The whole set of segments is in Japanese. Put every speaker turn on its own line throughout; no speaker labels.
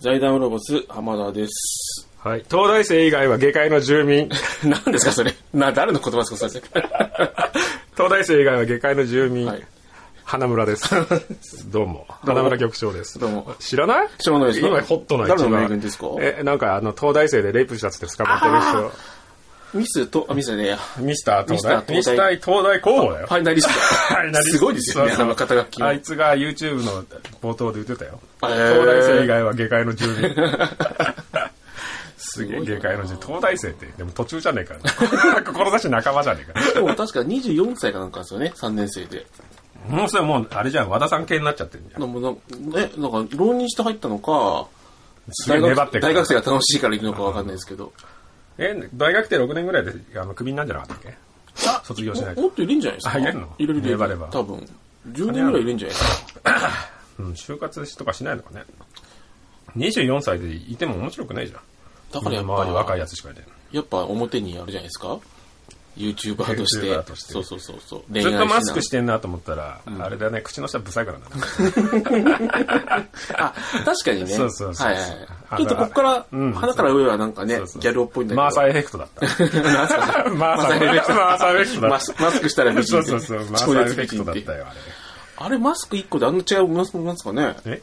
財団ウロボス浜田 です。
はい。東大生以外は下界の 住民。
何ですかそれ。な、誰の言葉ですかそれ。
東大生以外は下界の住民。
はい
花 村です。どうも。花村局長です。
どうも
知らない
知らないです
今ホットな一番。
誰の名言ですか
え、なんかあの、東大生でレイプしたっつって捕まってる
ミスと、あ、ミスじゃねえや。
人。ミスター東大。
ミ
ミ
スタ
スタ
ー
ー東大候補だよ
フ。ァイナリスト。
ァイナリスト
すごいですよね、
そうそう
あの肩書きも
あいつが YouTube の冒頭で言ってたよ。
へー
東大生以外は下界の住 民。す
す
げえ
ごいな
下界の住民。東大生って、でも途中じゃね えから。 志仲間じゃねえから。
でも確か24歳かなんかですよね、3年生で。
もうそれもう、あれじゃん、和田さん系になっちゃってるじゃん。
でもなんえ、なんか、浪人して入ったのか、
すげえ
大
粘っ
学
てるか
大
ら
学生が楽しいから行くのかわかんないですけど。
え、大学生6年ぐらいで、あの、クビになんじゃなかったっけ
あ
卒業しない
も
と
もっといるんじゃないですか
あいるの
いるいるいる。
粘れば
多分。10人ぐらいいるんじゃないですか。
うん、就活とかしないのかね。24歳でいても面白くないじゃん。
だからやっ
みんな周り若
ぱ
い、やつしかいない。
やっぱ表にあるじゃないですか。YouTuber として。
YouTuber として
そうそうそうそう。
ずっとマスク
し
してんなと思ったら、あれだね、口の下ブサイクなんだね。
あ、確かにね。
そうそうそう
はいはい
あ
はい。ちょっとここから、
うん
鼻から上はなんかね、
そうそう
ギャルっぽいんだけど。
マーサーエフェクトだ った。
なんすかそれ
マーサーエフェクト。マーサーエフェクトだ
マ
っ
スマスクしたら美
た。
人
そう
って
そうそ う、マーサーエフェクトだったよ、
あ
あれ。
れ、マスク1個であんな違うマスクなんですかね
え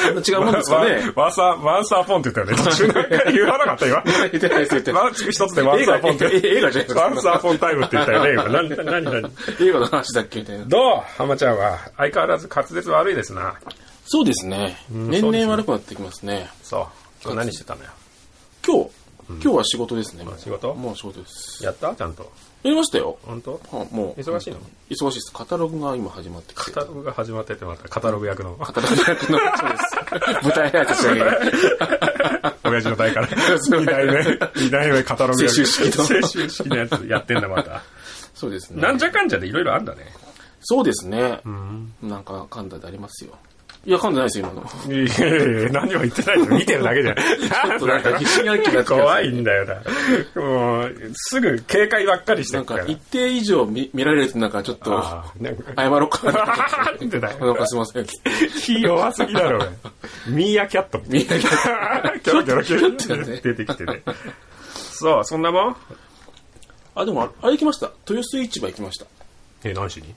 あんな違うもんですかね
ワンサー、ワンサーポンって言ったよね。途中なんか言わなかっ た今。
言ってないです、言ってない
ワン一つでワンサーポンって。
映画映画じゃないですか
ワンサーポンタイムって言ったよね、 今。何、何、何。
映画の話だっけみたいな。
どう浜ちゃんは。相変わらず滑舌悪いですな。
そうですね。年々悪くなってきますね。
そう。今日何してたのよ。
今日、今日は仕事ですね。もう
仕事
もう仕事です。
やったちゃんと。
やりましたよ。
本当
はもう、
忙しいの
忙しいです。カタログが今始まってきて。
カタログが始まっててまた、カタログ役の。
カタログ役の、そうです。舞台挨拶しなきゃいけない
親父の代から。
そう
二代目、二代目カタログ役。
世襲式の
世襲式のやつやってんだ、また。
そうですね。
なんじゃかんじゃでいろいろあんだね。
そうですね。なんか、噛んだでありますよ。いや、噛んでないですよ、今の。
いやいやいや何も言ってないの見てるだけじゃん。
となんか疑心暗鬼になってきた
怖いんだよな。もう、すぐ警戒ばっかりして
なん
るか
か、
ら。
一定以上見見られると、なんか、ちょっと、
ああなんか
謝ろうかなと思
なんでだ
って。なん
よ。
かすいません。
気弱すぎだろ、俺。ミーアキャット。
ミーアキ
キャロキャロキャロ
ちょっとね
って出てきてね。そう、そんなもん
あ、でもあ、あれ行きました。豊洲市場行きました。
え、何しに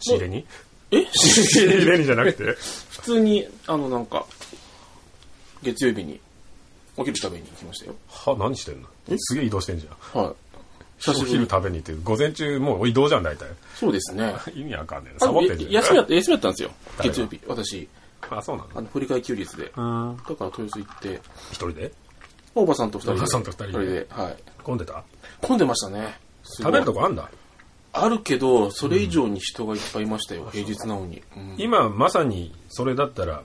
仕入れに
え
仕入れにじゃなくて
普通に、あの、なんか、月曜日に、お昼食べに行きましたよ。
は、何してんのすげえ移動してんじゃん。
はい。久
お
しぶり
昼
に。
食べに行って、午前中もう移動じゃん、大体。
そうですね。
意味わかんねえな。
あ
サボ
の
っ
え
てんじゃん。
休みだった、休みだったんですよ。
誰が
月曜日。私、
あ、そうな
あの、振り替え休日で。だか
のうん。
ら豊洲行って、
一人で
おばさんと二人で。
おばさんと二人で
で。はい。
混んでた
混んでましたね。すご
食
い
べるとこあんだ
あるけど、それ以上に人がいっぱいいましたよ、平日なのに。うん
今まさにそれだったら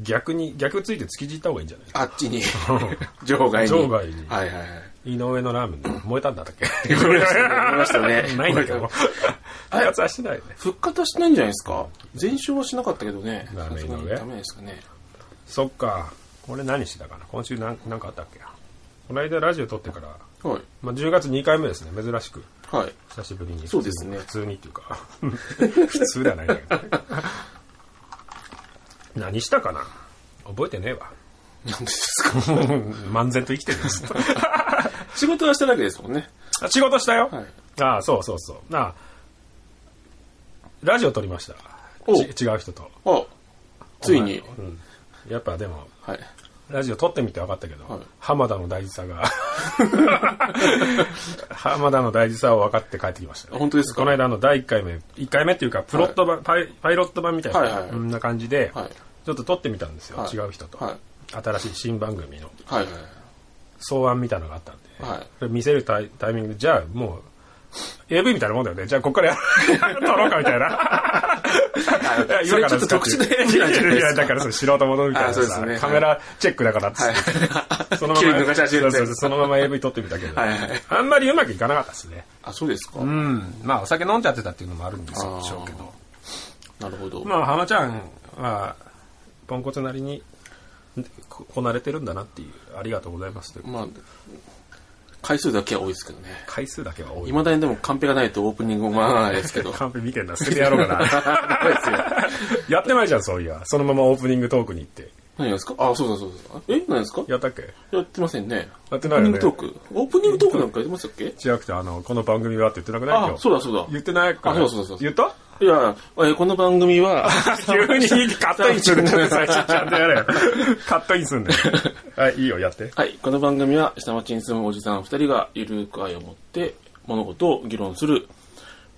逆に逆ついて築地行った方がいいんじゃ
あっちに、 場外に。
場外に
はいはいはい。
ない井上のラーメンで 燃えたんだったっけ
燃えましたね燃えましたね
ないんだけど開発はしてないよね
復活はしないんじゃないですか全勝はしなかったけどね。
ラーメン
さ
井上
すがにダメですかね。
そっか俺何してたかな今週なんなんかあったっけこの間ラジオ撮ってから、
はい。
まあ、10月2回目ですね珍しく
はい。
久しぶりに
そうですね
普通にっていうか 普通ではないんだけどね何したかな覚えてねえわ
なんでですか
漫然と生きてるんです
仕事はしただけですもんね。
あ仕事したよ、
はい
ああそうそうそうなあラジオ撮りました
お
ち違う人と
あ、ついに。
うん、やっぱでも
はい。
ラジオ撮ってみて分かったけど、
はい
浜田の大事さ が浜田の大事さを分かって帰ってきました、
あ本当ですか
この間あの第1回目1回目っていうかプロット版、パイパイロット版みたいな、
はいはいはい
そんな感じで、
はい
ちょっと撮ってみたんですよ、
はい
違う人と、
はい
新しい新番組の
はいはい。
草案みたいなのがあったんで、
はい
それ見せるタイタイミングで、じゃあもう、AV みたいなもんだよね。じゃあここからや撮ろう かみたいな。いや
それちょっと
ですか
特殊なやつなんじゃない
い
ですか
や、だからその素人者みたい
あ
なさ
そうですねはい
カメラチェックだからっつって、
はい。
そのま
急に
ま
抜かし始め
そう
て
そうそうそのまま AV 撮ってみたけど、
はいはい
あんまりうまくいかなかったですね。
あ、そうですか
うん。まあお酒飲んじゃってたっていうのもあるんで
あー
しょうけど。
なるほど。
まあ浜ちゃんは、ポンコツなりに、ここなれてるんだなっていう、ありがとうございますという
まあ、回数だけは多いですけどね。
回数だけは多い
い。まだにでもカンペがないとオープニングも回らないです けど。
カンペ見 てんだ、捨ててやろうかな。
ダメですよ。
やってないじゃん、そういや。そのままオープニングトークに行って。
何がですかあ、そうだそうだ。え何ですか
やったっけ
やってませんね。
やって
オ
な
ープニ
いよ
ング
ね
トーク。オープニングトークなんかやってましたっけ
違くてあのこの番組はって言ってなくない
あ
今、日
そうだそうだ。
言ってないから
あそうそうそうそう
言った
いや、えーこの番組は、
急 にカットインするんだよ、最初ちゃんとやれ よ。カットインすん だよ。はい、いいよ、やって。
はい、この番組は下町に住むおじさん二人がゆるく愛を持って物事を議論する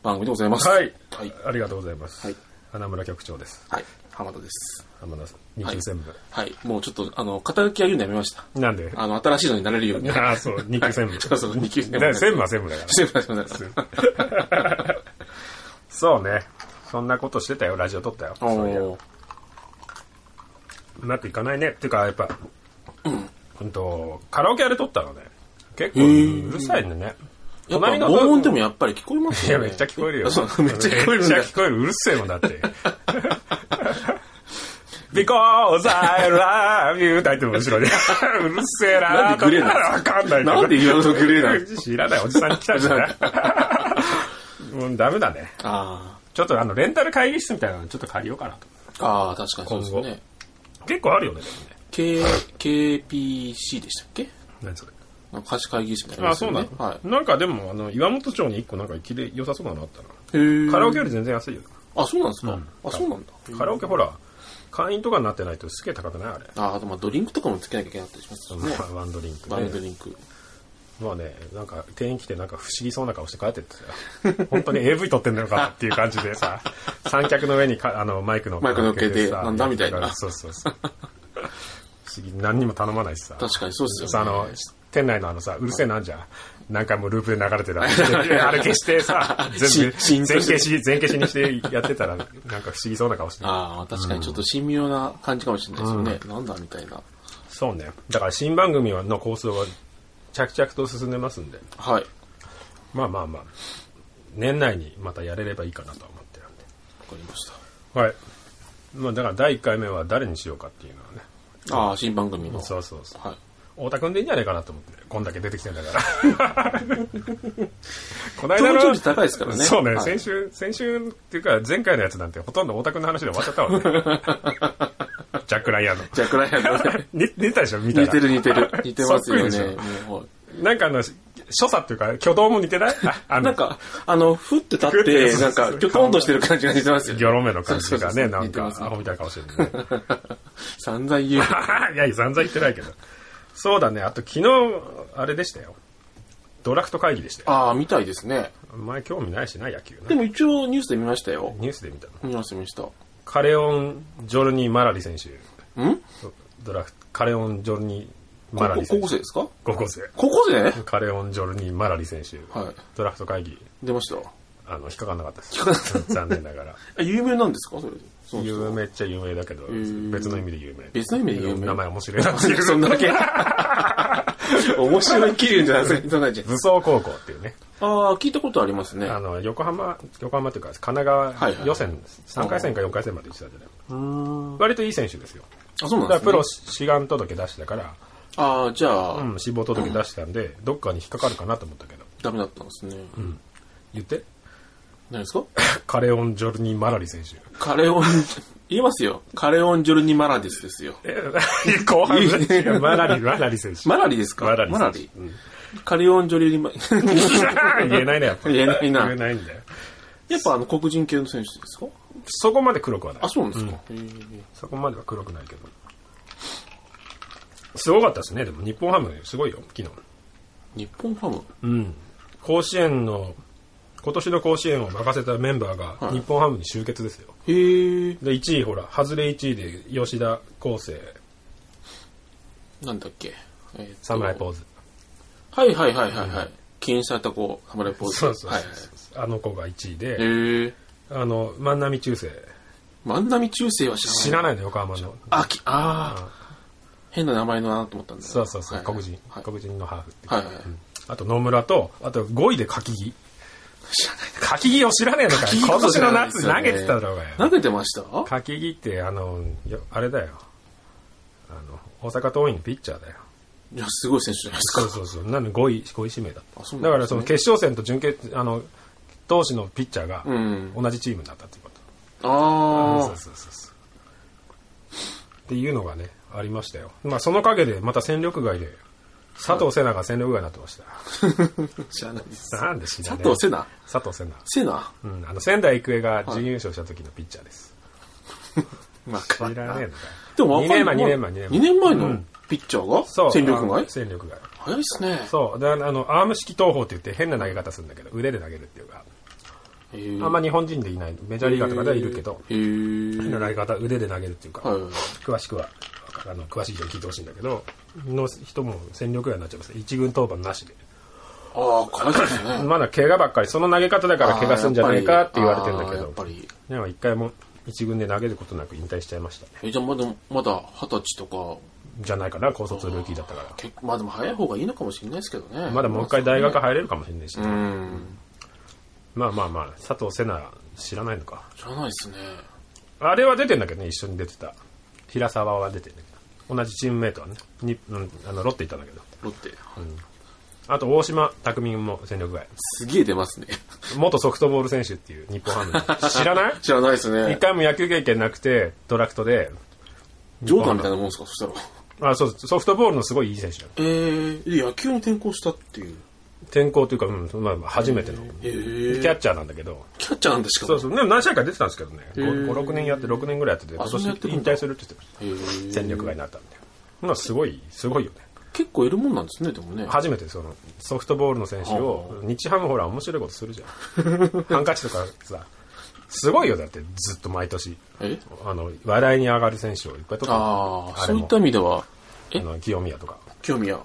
番組でございます。
はい。
はい。
ありがとうございます。
はい
花村局長です。
はい。浜田です。
浜田さん、2級専務。
はい。もうちょっと、あの、肩書きは言うのやめました。
なんで
あの、新しいのになれる ように。
ああ、そう、2級 専務。
そうそう、2級生。
だから専務は専務だから。
すいませんすいません
そうね。そんなことしてたよ、ラジオ撮ったよ。
お
そういや
ー
うまくいかないね。っていうか、やっぱ、うんと、カラオケあれ撮ったのね。結構
ー
うるさいんだね。
やっぱ、
さ
防音でもやっぱり聞こえます
いや、
よ、ね。
めっちゃ聞こえるよ。
あ そう、めっちゃ聞こえるんだ
めっちゃ聞こえる。うるせえもんだって。Because I love you って入ってる後ろに。 うるせえな
なんでグレーなの
わかんないけど
なんで言わんとグレーなの
知らないおじさんに来たんじゃ ないもうダメだね。
あ
ちょっとあの、レンタル会議室みたいなのちょっと借りようかなと。
ーあー、確かにそうですね。
結構あるよね、でもね。
K、KPC でしたっけ
何それ。
なんか貸し会議室みたいな
あ、
やつ
そう
よ
な
ね、
の、
はい。
なんかでも、あの、岩本町に一個なんか行きで良さそうなのあったな。
へー
カラオケより全然安いよ。
あ、そうなんですか、あ、そうなんだ。
カラオケほら、会員とかになってないとすげえ高くないあれ。
ああとまあドリンクとかもつけなきゃいけなかったりしますよね。
ワンドリンク、
バード
ね。
リンク。
まあね、なんか店員来てなんか不思議そうな顔して帰ってってさ、本当に AV 撮ってんのかっていう感じでさ、三脚の上にかあのマイクの
マイク乗っけて
さ
なんだみたいな
そうそうそう。不思議、何にも頼まないしさ。
確かにそうですよね
さあの、店内のあのさ、うるせえなんじゃん。何回もループで流れてた。あれ消し てさ、全
ししん
部、
として
全消し、全消しにしてやってたら、なんか不思議そうな顔して
ああ、確かにちょっと神妙な感じかもしれないですよね。なんだみたいな。
そうね。だから新番組はの構想は着々と進んでますんで。
はい。
まあまあまあ、年内にまたやれればいいかなとは思ってるんで。
わかりまし
はい。まあだから第1回目は誰にしようかっていうのはね。
た。ああ、新番組の。
そうそうそう。
はい。
太田くんでいいんじゃないかなと思ってる。こんだけ出てきてんだから。 この
登
間
場
の
率、高いですからね。
そうね、
はい
先週、先週っていうか前回のやつなんてほとんど太田くんの話で終わっちゃった わね。ジャック・ライアンの。
じゃあ、クライアントね
似似てたでしょ見た ら
似てる似てる。似てますよ
そっ
ね
くり。
もうはい
なんかあの、所作っていうか、挙動も似てないああ
な
の
ん、か、あの、ふって立っ
ふって
て、
そ
な
うんそう
か、きょとんとしてる感じが似てますよね。
ギョロ目の感じ
そ
が
うそうそ
ね、
う
なん
似て
か
ま、す
ア
ね
ホみたいな顔してるね。
散々 言う。
いやいや、散々言ってないけど。そうだね。あと昨日、あれでしたよ。ドラフト会議でしたよ。
ああ、みたいですね。
お前興味ないしな、野球
で
な。
も一応ニュースで見ましたよ。
ニュースで見たの。
見ました見ました。
カレオン・ジョルニー・マラリ選手。
ん
ドラフト、カレオン・ジョルニー・マラ
高
リ
校高
選
校
手。
生ですか
高校生。
高校生
カレオン・ジョルニー・マラリ選手。
はい。
ドラフト会議、
出ました。
あの、引っかかんなかったです。残念な がら。
あ有名なんですかそれ。そうそう
有名っちゃ有名だけど、
ん
別の意味で有名。
別の意味で有名
名前面白いなっていう。
そんなだ け。面白い気分じゃないそんなんじゃん。
武装高校っていうね。
ああ、聞いたことありますね。
あ
う
の、横浜、横浜というか、神
はい
奈
は
川
い
予選、三3回戦か4回戦まで行ってたじゃない。
ーん。
割といい選手ですよ。
あ、そうな
だ
ん
か
で
ら
すね。
プロ志願届出してたから、
ああ、じゃあ、
うん、志望届出したんで、どっかに引っかかるかなと思ったけど。
ダメだったんですね。
言って。
何ですか
カレオン・ジョルニー・マラリ選手。
カレオン、 言いますよ。カレオン・ジョルニ・マラディスですよ。
え、 後半
いい
違うマラリ、マラリ選手。
マラリですか
マラリ
マラリ
選手。うん
カレオン・ジョルニ・マ、
言えないね、やっぱ。
言えないな
言えないんだよ。
やっぱあの黒人系の選手ですか
そこまで黒くはない
あ、。そうなんですか、へー
そこまでは黒くないけど。すごかったですね、でも日本ハムすごいよ、昨日。
日本ハム。
うん、甲子園の今年の甲子園を任せたメンバーが
はい
日本ハムに集結ですよ、
へえ。
で1位ほら外れ1位で吉田康生
なんだっけ。えーっと
侍ポーズ
はいはいはいはいはい。禁止された子、侍ポーズ。
そうそうそう、
はいはい。
あの子が1位で
へえ。
あの万波中正
万波中世は知らない。
知らないの横浜の
あ、き、ああ。変な名前のなと思ったんだよ
そうそうそう、
はい
黒人、
はい
黒人のハーフっていう、
はいはいはい。
あと野村とあと5位で柿木柿木を知らねえのか
柿木
今
こそ知
年
ら
の
ないです
夏
よ
投
ね
げてただろうがよ
投げてました
柿木ってあのよあれだよあの大阪桐蔭のピッチャーだよ
いや、すごい選手じゃない
そう
です
そうそう。なので5位、5位指名だった。
あそう
だ
な
か
んで
ら
す
そ
ね
の決勝戦と準決、あの、投手のピッチャーが
か。うん。
同じチームになったっていうこと。
あ
そうそうそうそう。っていうのがね、ありましたよ。まあ、その陰で、また戦力外で、佐藤瀬名が戦力外になってました。
知らないです。
なんで知ら
佐
ねえ
藤瀬名
佐藤瀬名。
瀬名
うん、あの、仙台育英が準優勝した時のピッチャーです。
まあ、
知らねえのかよ
でも分かんない。
二年前二年前
2年前
う
の
ん
ピッチャーが
そう。
戦力
あ
外
の戦力外。
早いっすね。
そう。で、あの、アーム式投法って言って変な投げ方するんだけど、腕で投げるっていうか、
あん
あんま日本人でいない、メジャーリーガーとかではいるけど、
へー
変な投げ方、腕で投げるっていうか、
はい。
詳しくは、あの、詳しい人に聞いてほしいんだけど、の人も戦力外になっちゃいます。一軍登板なしで。
ああ、かわいそうですね。
まだ怪我ばっかり、その投げ方だ から怪我するんじゃないかって言われてんだけ
あーやっぱ
ど、
り。
でも一回も一軍で投げることなく引退しちゃいましたね。
えじゃあまだ、まだ二十歳とか、
じゃないかな、高卒ルーキーだったから。
結構、まあでも早い方がいいのかもしれないですけどね。
まだもう一回大学入れるかもしれないし、
う
ね、
ん。
まあまあまあ、佐藤瀬名知らないのか。
知らないですね。
あれは出てんだけどね、一緒に出てた。平沢は出てんだけど。同じチームメイトはね、にうん、あのロッテいたんだけど。
ロッテ。
あと、大島匠も戦力外。
すげえ出ますね。
元ソフトボール選手っていう日本ハムの。知らない
知らないです
一
ね。
回も野球経験なくて、ドラフトで、
ジョーダンみたいなもんですか、そしたら。
あ、そう、ソフトボールのすごいいい選手だよ
えー、で野球に転向したっていう。
転校というか、うん、まあまあ、初めての。
え
キ
ー、
ャッチャーなんだけど、
キャッチャーなんですか
そうそう、でも何試合か出てたんですけどね、
へー
5、6年やって、6年ぐらいやってて、今
あそん
年
なやってる
引
んだ
退するって言ってました。
えー
戦力外になったんで。まあ、すごい、すごいよね。
結構いるもんなんですね、でもね。
初めてそのソフトボールの選手を日ハムほら面白いことするじゃんハンカチとかさすごいよだってずっと毎年
え
あの笑いに上がる選手をいっぱい取って
ああ、
れ
そうい
も
った意味では、
あの清宮とか
清宮。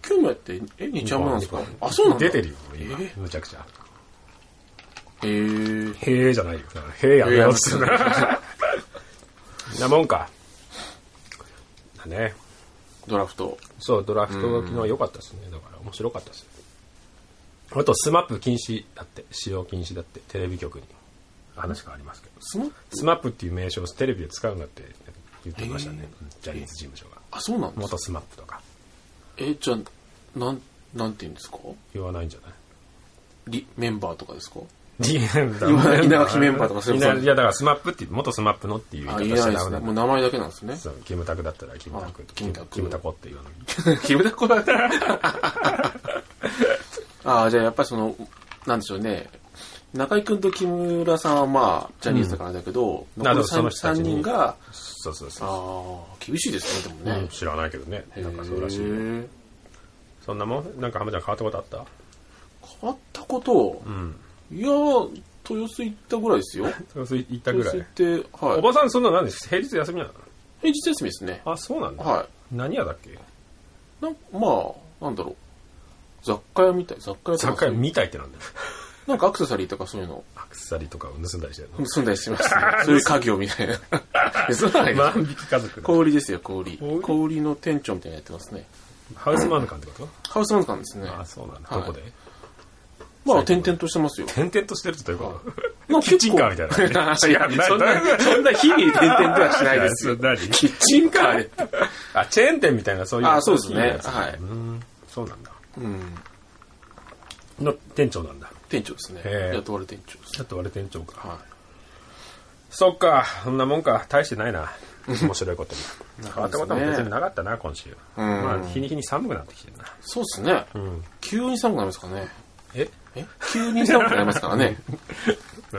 清宮って、え、日ハムなんですかあ、そうなんだ。
出てるよ俺今
え
むちゃくちゃ
えー、
へえじゃないよへえやめよっつうななもんかだね
ドラフト。
そうドラフトが昨日良かったですねだから面白かったですあとスマップ禁止だって使用禁止だってテレビ局に話がありますけど
その
スマップっていう名称をテレビで使うんだって言ってましたね、ジャニーズ事務所が
あ、そうなんですか
元スマップとか
え、じゃあ、なん、なんて言うんですか
言わないんじゃない
リ、メンバーとかですか
DM だ
今稲垣メンバーとかそういうこと
稲いやだからスマップって元スマップのっていう
あ、
言い
言え
方し
な
ちゃ
いで
ダメ
す
な
ね。もうん
だ
名前だけなんですね。
そうキムタクだったらキムタク
あキムタク
キムタコっていうのに
キムタコだったら。 ああ、じゃあやっぱりその、なんでしょうね。中居君と木村さんはまあ、ジャニーズだからだけど、
ん
残り
なるほどその人た
3,
ちに
人が、
そうそうそう
ああ、厳しいですね、でも
うん
ね。
知らないけどねなんかそうらしい
へ
よ
ー
そんなもんなんか浜ちゃん変わったことあった
変わったこと、
うん
いやー、豊洲行ったぐらいですよ。
そう行ったぐ
豊
ら
洲行
い
って、は
お
い。
ばさんそんな何です平日休みなの
平日休みですね。
あそうなんだ
は
何屋だっけ
い。なんまあ、なんだろう。雑貨屋みたい。雑貨屋と
雑
か
貨
そう
屋
いう。
みたいってなんだよ
なんかアクセサリーとかそういうの
アクセサリーとかを盗んだりしてるの
盗んだりして ますね。そういう家業みたいな。えそうなんや
万引き家族だ
小売りですよ、小売り。
小売り
小売りの店長みたいなのやってますね。
ハウスマヌカンってこと
ハウスマンカンですね。
あそうなんだ
は
ど
い
こで
まあ、転々としてますよ。
転々としてるってどういうこと
なんか
キッ
結
チ
構
ンカーみたいな
違 う
いや
そんな、そんな日々転々とはしないですよ
い。やそれ何
キッチンカーで。
あチェーン店みたいなそういう
あそうですね
いやつ
はいう
ーんそうなんだ
うん。
の店長なんだ
店長ですね
へ。え
雇われ店長です。
ちょっと俺店長か
は
そっかそんなもんか大してないな面白いことも 変わったことも別になかったな今週まあ日に日に寒くなってきてるな
いうそうですね。急に寒くなりますからね。
え
え急に寒くなりますから ね。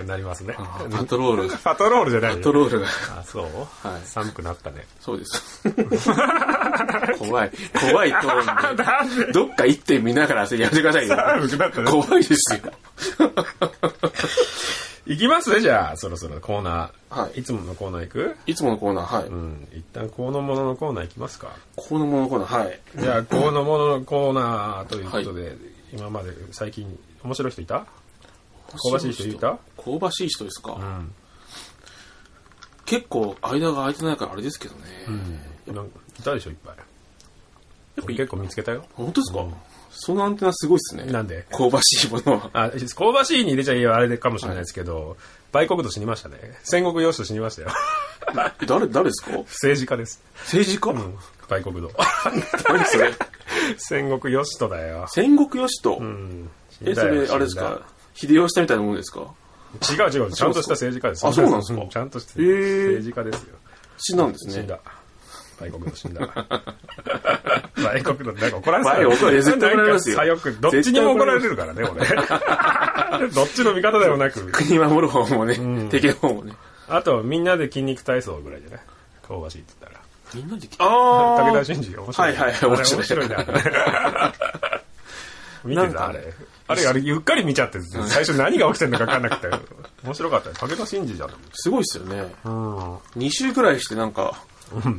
なりますね
あーパトロール。
パトロールじゃない
パ
よ
トロールが。
あそう
い
寒くなったね
そう です。怖い。怖いトーンで。 どっか一点見ながらやめてくださいよ。
寒くなったね
怖いですよ。
行きますねじゃあそろそろコーナー、
はい
いつものコーナー行く
いつものコーナー、はい。
うん一旦このもののコーナー行きますか
このものコーナー、はい。
じゃあこのもののコーナーということで、今まで最近面白い人いた香ばしい人いた
香ばしい人ですか、
ん
結構間が空いてないからあれですけどね。
なんかいたでしょいっぱい俺結構見つけたよ
本当ですか、そのアンテナすごいですね。
なんで
香ばしいものは。
あ香ばしいに入れちゃいいあれかもしれないですけど、売国と死にましたね戦国要士と死にましたよ
誰、誰ですか
政治家です
政治家、
売国と
何それ
戦国義人だよ、
戦国義人、
うん、死ん
え、
だ
そ
よ
れ、あれですか秀吉さんみたいなものですか
死んだ違う違うちゃんとした政治家です
あそうなんですか
ちゃんとした
へー
政治家ですよ
死んだんです
死ん
ね。
だ外国の死んだ ら。外国の、なんか怒られ
前怒られる絶対怒られますよ
なんか左翼どっちにも怒られるからね、俺。 どっちの味方でもなく。
国守る方もね、敵の方もね。
あと、みんなで筋肉体操ぐらいじゃない香ばしいって言ったら。
みんなで、あ
武田
ー
真治面白いね。
はいはい面白い
あれ面白いね。あれ 見
な
て
ん
た
か
あれ。あれ、あれ、ゆっかり見ちゃって、最初何が起きてんのか分かんなくて。面白かったよ。武田真治じゃん。
すごいっすよね。
うん。
2週くらいしてなんか、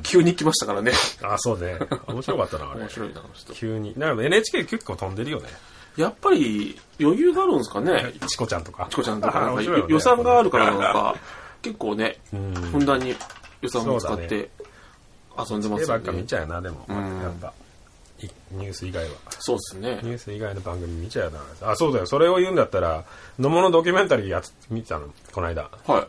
急に来ましたからね。
あ、そうね。面白かったな、あれ
面。白いな、ちょっ
急に。なんか NHK 結構飛んでるよね。
と。やっぱり、余裕があるんですかね。
チコちゃんとか。
チコちゃんとか、
あ
なんか
面白いよね
予算があるからなのか、結構ね、
ん
ふんだんに予算も使っ
そう
て遊んでま
絵
す
ば
よ
っか見
ね。
ちゃうよな、でも。
ん
やっぱ。いニュース以外は。
そうですね。
ニュース以外の番組見ちゃうよな。あ、そうだよ。それを言うんだったら、野茂のドキュメンタリーやつ見てたの、この間。
はい。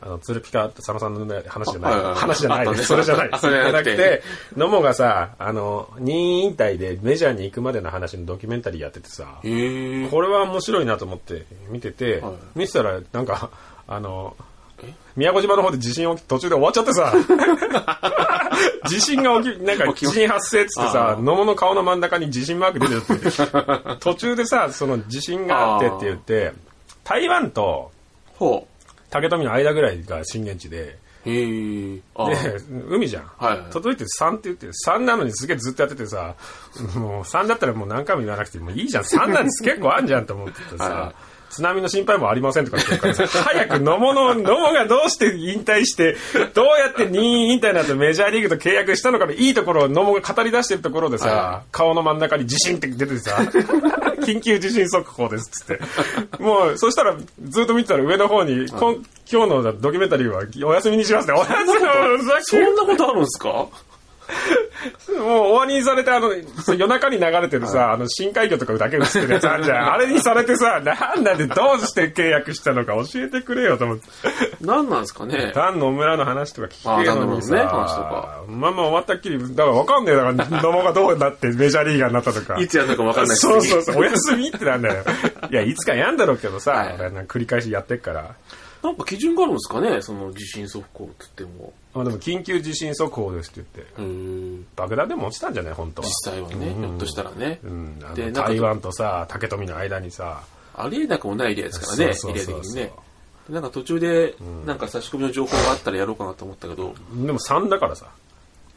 あの、鶴ピカって佐野さんのね話じゃ
あはい
な
はい
い。
はい
話じゃな
あ
い
った
です。
ね
それじゃないです。
それじゃなく
く
て
て、野茂がさ、あの、任意引退でメジャーに行くまでの話のドキュメンタリーやっててさ、
へえ。
これは面白いなと思って見てて
はい、
見てたら、なんか、あの
え、
宮古島の方で地震起き、途中で終わっちゃって さ、地震が起き、なんか
起き
地震発生っつって
あ
さ、
ー
野茂の顔の真ん中に地震マーク出てちゃって、 途中でさ、その地震があってって言って、台湾と
ほ
竹富の間ぐらいが震源地で、
う。へえ。あー
で、海じゃん。
はいはい
届いて3って言って、3なのにすげえずっとやっててさ、もう3だったらもう何回も言わなくてもいいじゃん。3なんです結構あんじゃんと思ってて
はいは
さ
い、
津波の心配もありませんとか言ってるからさ、早く野茂の、野茂がどうして引退して、どうやって任意引退なとメジャーリーグと契約したのかのいいところを野茂が語り出してるところで
は
さ、顔の真ん中に地震って出ててさ、緊急地震速報ですっつって。もう、そしたらずっと見てたら上の方に、こん今日のドキュメンタリーはお休みにしますね。お休みふざ
そ
けんなん
なことあるんですか
もう終わりにされて、あの、そう夜中に流れてるさ、あの、深海魚とかだけ映ってるやつある じゃん。あれにされてさ、なんなんでどうして契約したのか教えてくれよと思って。
何なんですかね。
丹野村の話とか聞けるのにさ、
あ丹野村のね話とか
まあまあ終わったっきり、だからわかんねえだから、どもがどうなってメジャーリーガーになったとか。
いつやるのか分かんない。
そうそううそう、お休みってなんだ よ。いや、いつかやんだろうけどさ、
はい
俺なんか繰り返しやってっから。
なんか基準があるんですかね、その地震速報って言っても。
あでも、緊急地震速報ですって言って。
へえ。
爆弾でも落ちたんじゃない本当は。
実際はね、ひょっとしたらね。
うん、あ
で
の
なんか
台湾とさ、竹富の間にさ、
ありえなくもないエリアですからね、
そ
エ
う
リア的
そうそう
に
そう
ね。なんか途中で、なんか差し込みの情報があったらやろうかなと思ったけど、
でも3だからさ。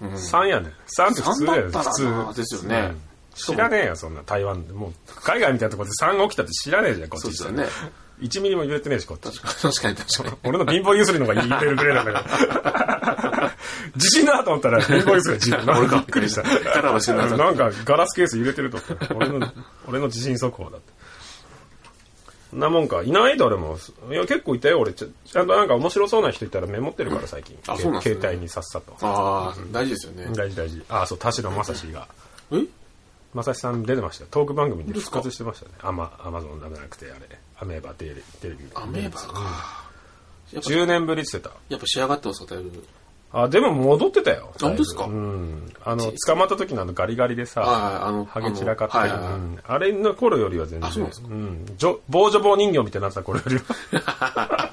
うん
3やねん。3って普通だよ、
3だったらな
普通。
ですよね
うん知らねえよ、そんな台湾で。もう、海外みたいなところで3が起きたって知らねえじゃん、こっ
そう
ち
ですよね。
1ミリも揺れてねえし、こっち。
確かに確かに。
俺の貧乏ゆすりの方が揺れるぐらいなんだから。地震だと思ったら貧乏ゆすり、自分 の。
俺が
びっくりした。
ガラガラしてんなと
なんかガラスケース揺れてると思った俺の、俺の地震速報だって。そんなもんか。いないだ、俺も。いや、結構いたよ、俺。ちゃちゃんとなんか面白そうな人いたらメモってるから、最近。
あそうなんですね
携帯にさっさと。
ああ、大事ですよね。
大事大事。あ、そう、田代正史が。
え
正史さん出てましたよトーク番組に復
本当
活してましたね。アマ、アマゾンじゃなくて、あれ。アメーバテレビ、テレビ。
アメーバか。やっぱ、
10年ぶりって言ってた。
やっぱ仕上がってますか、だいぶ。
あ、でも戻ってたよ。
あ本当ですか
うん。あの、捕まった時のあのガリガリで
はい
さ、
はい、あの、
ハゲ散らかって
あの
る。
はいはいは
う
い
んあれの頃よりは全然。
あそうなんですか
ん。じょ棒女棒人形みたいになってた頃よ りは。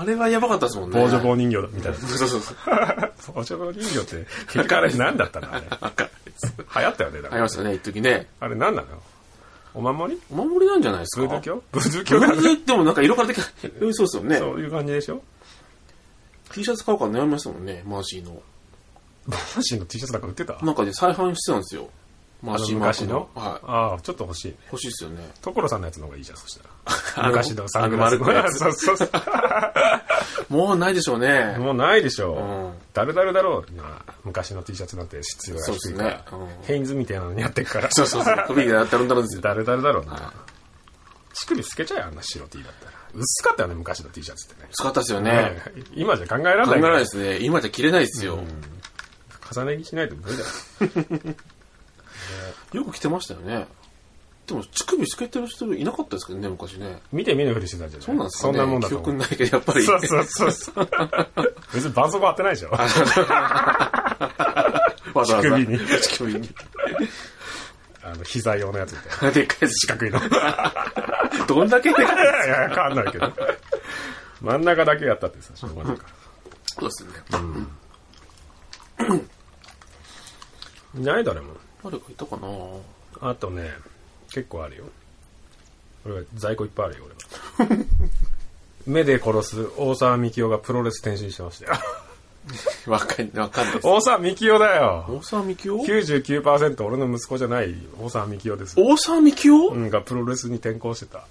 あれはやばかったですもんね。
棒女棒人形だ、みたい な。
そうそうそう。
棒女棒人形って、 結局あれ何だったのあれ。流行ったよね、だ
あり
から
ましたね、一時ね。
あれ何なのお守り
お守りなんじゃないです
ブ
か。
ードゥー教ブードゥー
ブ
教だ
ー
ね。
ドゥーでもなんか色からできない。うんそうですよね。
そういう感じでしょ
T シャツ買おうか悩みましたもんね、マーシーの。
マーシーの T シャツなんか売ってたあ
なんかで再販してたんですよ。マー
の
シーマー
昔
ク
の
はい。
ああ、ちょっと欲しいね。
欲しいですよね。
所さんのやつの方がいいじゃん、そした
あ
ら。
の
昔のサングラス
あの丸くやつ
そうそうそう。
もうないでしょうね。
もうないでしょ。
うん
だるだるだろうな。昔の T シャツなんて必要が低いから。
そうですねうん
ヘインズみたいなのにやってるから。
そうそうそう。首がダルンダルンですよ。
だるだるだろうな。乳首透けちゃうよ、あんな白 T だったら。薄かったよね、昔の T シャツってね。
使ったですよね。
ね今じゃ考えられ
考
ない
え
か
ない
ら
ですね。今じゃ着れないですよ。
重ね着しないと無理だよ。
よく着てましたよね。でも、乳首透けてる人いなかったですけどね、昔ね。
見て見ぬふりしてたんじゃない
そうなんですかね。
そんなもんだ
記
と
憶
思う。
ないけど、やっぱり。
そうそうそうそう。別に絆創膏貼ってないでしょ。
わざわざ
乳首に
乳首に。
あの、膝用のやつみたいな。
でっかいやつしか。
四角いの。い
どんだけでかい
やいや、わかんないけど。真ん中だけやったってさ、しょうがないから。
そうですね。
いない誰も。
誰かいたかな
あとね、結構あるよ。俺は在庫いっぱいあるよ、俺は。 目で殺す大沢みきおがプロレス転身してましたよ。
わかんない、わかんないです。
大沢みきおだよ。
大沢みきお
99%俺の息子じゃない大沢みきおです。
大沢みきお
うん、がプロレスに転向して た。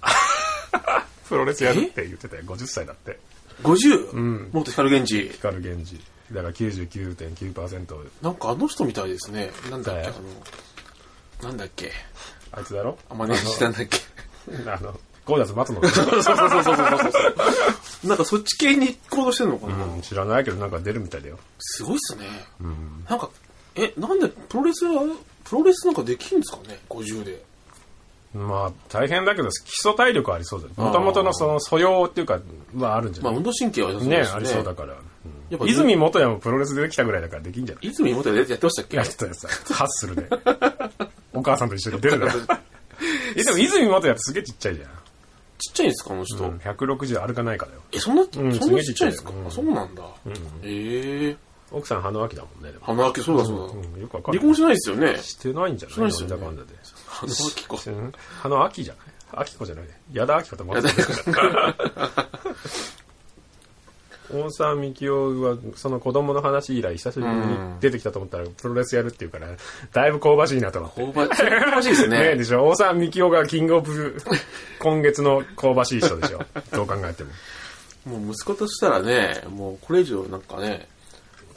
プロレスやるって言ってたよ。50歳だって。
?50?
ん
もっと光源氏。
光源氏。だから99.9%
なんかあの人みたいですね。なんだっけ、あの、
誰
なんだっけ。
あいつだろ
あ、マネしたんだっけ。
あの、ゴージャス松野。
そうそうそうそうそうそう。なんかそっち系に行動してるのかな、
うん知らないけどなんか出るみたいだよ。
すごいっすね。なんか、え、なんでプロレスは、プロレスなんかできるんですかね ?50 で。
まあ、大変だけど、基礎体力ありそうだよ。もともとのその素養っていうか、はあるんじゃ
ま
な
あ
い
運動神経は良さそう
ね
ですね。
ありそうだから。
やっ
う
ぱ
ん泉元也もプロレス出てきたぐらいだからできんじゃない
泉元やってましたっけ
やってたやつだ。ハッスルで。お母さんと一緒に出るから。え、でも泉元也ってすげえちっちゃいじゃ
ち
ん。
っちゃいんですかあの人。
うん160歩かないかだよ。
え、そんな、
ん
そんなちっちゃいんですか、
すげえちっちゃいようん
あそうなんだ。ええ
奥さん、花脇だもんね。でも
花明けそうだそうだ。
うん、よくわかん
離
ない。
婚しないですよね。
してないんじゃない
ないですよね
なんだかんだで。
花明子。
うん花秋じゃない秋子じゃない矢田秋子とま
や
た
だよ
大沢みきおはその子供の話以来久しぶりに出てきたと思ったらプロレスやるっていうからだいぶ香ばしいなと思って。
香ば香ばしいです
ねえ
ね。
でしょ大沢みきおがキングオブ今月の香ばしい人でしょどう考えても。
もう息子としたらね、もうこれ以上なんか ね、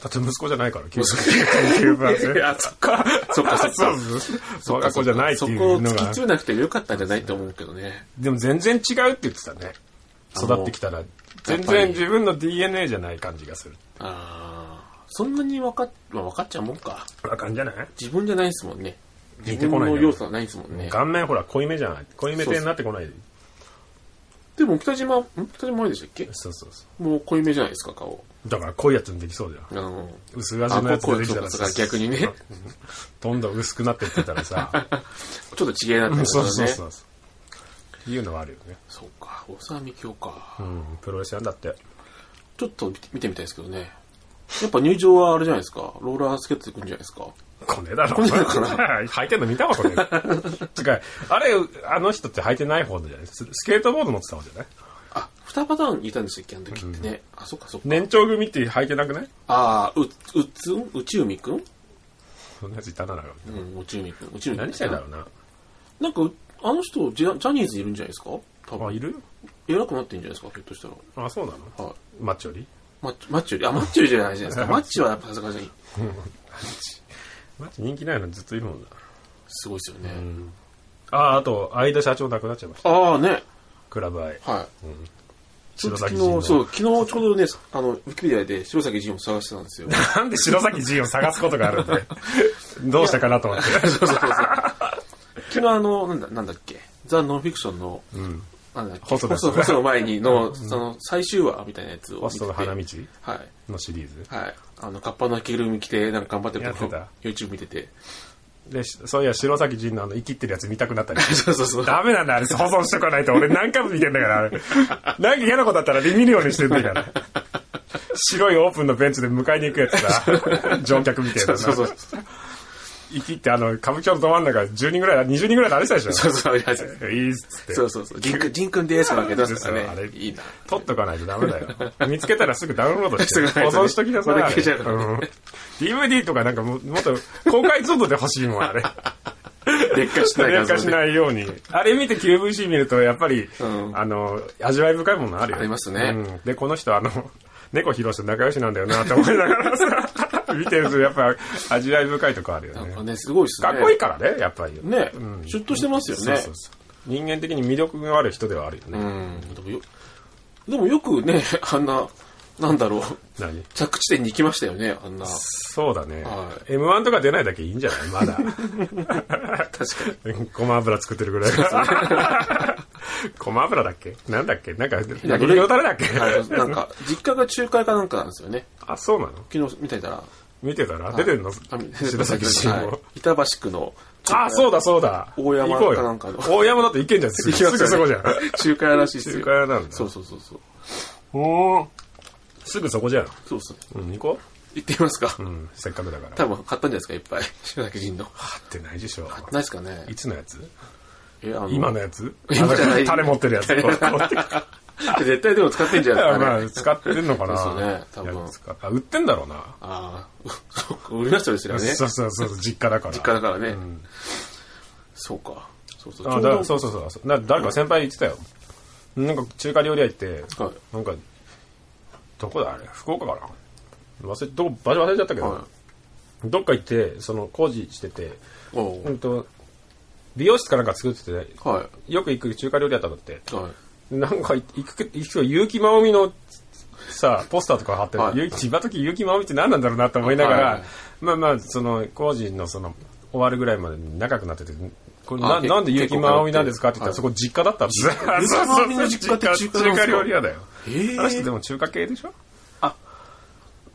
だって息子じゃないから、99番
いや、そっか、そっか、そっ
そ
か
う。そう。我が子じゃないって
そ
い
こを
う
突
の
き
が。
詰めなくてよかったんじゃないと思うけどね。
でも全然違うって言ってたね。
の
育ってきたら。全然自分の DNA じゃない感じがする。
ああ、そんなに分かっ、まあ、分かっちゃうもんか。
わかんじゃない
自分じゃないですもんね。
似
自
て
分
こないよ
の要素はないですもんね。
顔面ほら濃いめじゃない濃いめ系になってこない
でも北島、ん北島前でしたっけ
そうそうそ
もう濃いめじゃないですか、顔。
うだから濃いやつにできそうじゃん
あの、
薄味のやつ出てきたら
あ濃いそうかそうか逆にね
どんどん薄くなってってたらさ
ちょっと違えなって
う
ま
ん
す か
そう
ら
そう
ね。
そういうのはあるよね
そうか、大沢みきおか
う。んプロレスやんだって
ちょっと見てみたいですけどね。やっぱ入場はあれじゃないですか。ローラースケートで来るんじゃないですか。
こねえだろ
こねえのかな
履いてんの見たわこれ違うあれあの人って履いてない方じゃないススケートボード乗ってた方じゃない
あ、二パターンいたんでしたっけ、あの時ってね。あ、そっかそっか。
年長組って履いてなくない
ああ、う、うつん内海くん
そんなやついたなら
うん、内海くん。内海くん。
何してんだろうな
なんか、あの人、ジャジャニーズいるんじゃないですか多
あ
分。
いる
偉くなってんじゃないですかひょっとしたら。
あそうなの
はい。
マッチョリ
マッチ、マッチより、あ、マッチよりじゃないじゃ ないですか。マッチはやっぱさすがに、
マッチ人気ないのずっといるもんな
すごいですよね。
ああ、あと、相田社長亡くなっちゃいました。
ああね、
クラブアイ。
はい。
白
昨
崎
日、
仁
そう、
の。
昨日ちょうどね、あの、ウィキペディアで白崎仁を探してたんですよ。
なんで白崎仁を探すことがあるんで。 どうしたかなと思って。
そうそうそうそう。昨日あの、なんだ、なんだっけ、ザ・ノンフィクションの、なんだっけ、
細田
細細の前にの、その、最終話みたいなやつを見
ホ
て
ス
て。
トの花道
はい。
のシリーズ。
はい。あの、カッパの着ぐるみ着て、なんか頑張ってるとこ
やっ
YouTube 見てて。
で、しそういや、白崎仁のあの、生きってるやつ見たくな ったり。
そうそうそう。
ダメなんだ、あれ、保存しとかないと。俺何回も見てんだから、あれ。なんか嫌なことあったら見るようにしてんだから。白いオープンのベンチで迎えに行くやつ さ、乗客みたいな。
そうそうそう。
生きって、あの、歌舞伎町のど真ん中10人ぐらい、20人ぐらいで歩いてたでしょ。
そうそう、いやそう
いいっつって。
そうそうそう。ジンくん、ジンくんですとかけど、
そうあれ
いいな。
取っとかないとダメだよ。見つけたらすぐダウンロードし て、
しとかないと
保
ね
存しときなさい。
まだ消えちゃうからね
うん DVD とかなんかももっと公開速度で欲しいもん、 あれ。
劣化しない
劣化し
い。
ないように。あれ見て QVC 見ると、やっぱり、
ん
あの、味わい深いものあるよ。
ありますね
うんで、この人、あの、猫披露して仲良しなんだよなって思いながらさ、見てるとやっぱ味わい深いとこあるよ
なんか
ね。
ね、すごいっすね。
かっこいいからね、やっぱり。
ね、シュッとしてますよ
そう
ね。
そうそう。人間的に魅力がある人ではあるよね。
うん。でもよ、でもよくね、 あんな、なんだろう、
何
着地点に行きましたよね、あんな。
そうだね。
は
M1 とか出ないだけいいんじゃない まだ。
確かに。
ごま油作ってるぐらいから。ごま油だっけなんだっけなんか、
な
焼きのタレだっけ
あのなんか、実家が仲介かなんかなんですよね。
あ、そうなの
昨日見てたら、
見てたら出てんの
あ
白崎慎
はい
吾。
板橋区の、
あ、そうだそうだ。
大山
行こうよ
かなんかの
大山だって行けんじゃん。すぐ
行きます
す
よね
ぐそこじゃん。
仲介らしいっすよ。
中華屋なんだ。
そうそうそうそう。
おーすぐそこじゃん。
そうそう。
うん、行こ
行ってみますか。
う。うん、せっかくだから。
多分買ったんじゃないですか、いっ ぱい。塩崎人の。
買ってないでしょ。
ないですかね
い。つのやつ
え、あの
今のやつ
今じゃない
あのタレ持って るやつ。こうこう
絶対でも使ってん じゃないですか
ま
ね。
あ、使ってんのかな
そうですよね多分
いや使っあ、売ってんだろうな。
ああ、 そう売りましたですよね。
そうそうそう、実家だから。実
家だからね
うん
そうか。そうそう。
あ
ちょう
だ
ど
そうそうそうそう。な誰か先輩言ってたよ。なんか中華料理屋行って、
はい
なんか、どこだあれ福岡かな忘れ、どこ、場所忘れちゃったけど、
は
どっか行って、その工事してて、
い。お
う
ー
んと、美容室かなんか作ってて、
は
よく行く中華料理屋だったんだっ
い。
て、
はい。
なんか行く、行く、結城まおみの、さポスターとか貼ってる、
はい
ゆ千葉時結城まおみって何なんだろうなと思いながら、
はい
まあまあ、その、工事のその、終わるぐらいまで仲良くなってて、これ
あ
な
け
なんで結城まおみなんですかって言ったら、
はい
そこ実家だったんです。
結城まおみの実家って中華なんですか
中華料理屋だよ。
え
あの人
ー
でも中華系でしょ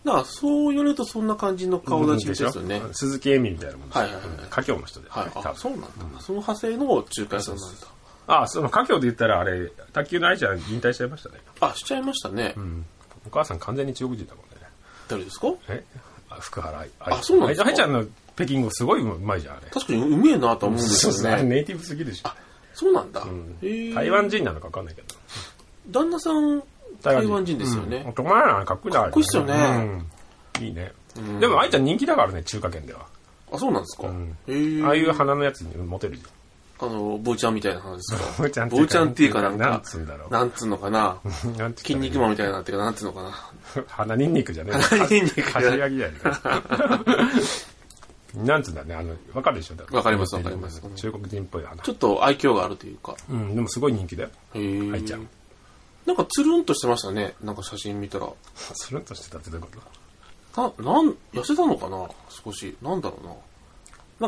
なんかそう言われるとそんな感じの顔立ちですよね。
うん鈴木恵美みたいなもんですよ
はいはいはい
家境の人で、
はい。
多
あ、
分
そうなんだ。その派生の中華屋さんなんだ。
あ、その家境で言ったら、あれ、卓球の愛ちゃん引退しちゃいましたね。
あ、しちゃいましたね。
お母さん完全に中国人だもんね。
誰ですか
えあ福原愛
あそうなんですか
愛ちゃんの北京語すごいうまいじゃんあれ
確かにうめえなとは思うんです
そうですねあ
よ
れ
ね。
ネイティブすぎるし
そうなんだ。え
台
ー
湾人なのか分かんないけど
旦那さん、台湾人ですよね。
男前なのかっこいいなか
っこいいっすよね
いいねでも愛ちゃん人気だからね中華圏では
あ、そうなんですか。
ん
へえ
ああいう花のやつにモテるじ
あの、坊ちゃんみたいな話です か。
坊
坊ち
ちゃんっていうか
ゃんっていうかなんか、
なんつうんだろう
なんつうのか な。
ゃんなんて
筋
言っ
肉マンみたいなっていうか、なんつうのかな。
たらいい花ニンニクじゃねえ
花ニンニクじゃない
かしやぎだよね なんつうんだねあの分かるでしょだら
わかりますわかります
中国人っぽい花
ちょっと愛嬌があるというか。
うんでもすごい人気だよ
へえ
愛ちゃん
なんかつるんとしてましたね。なんか写真見たら。
それとしてたってどういうこと
な、なん、痩せたのかな少し。なんだろうな。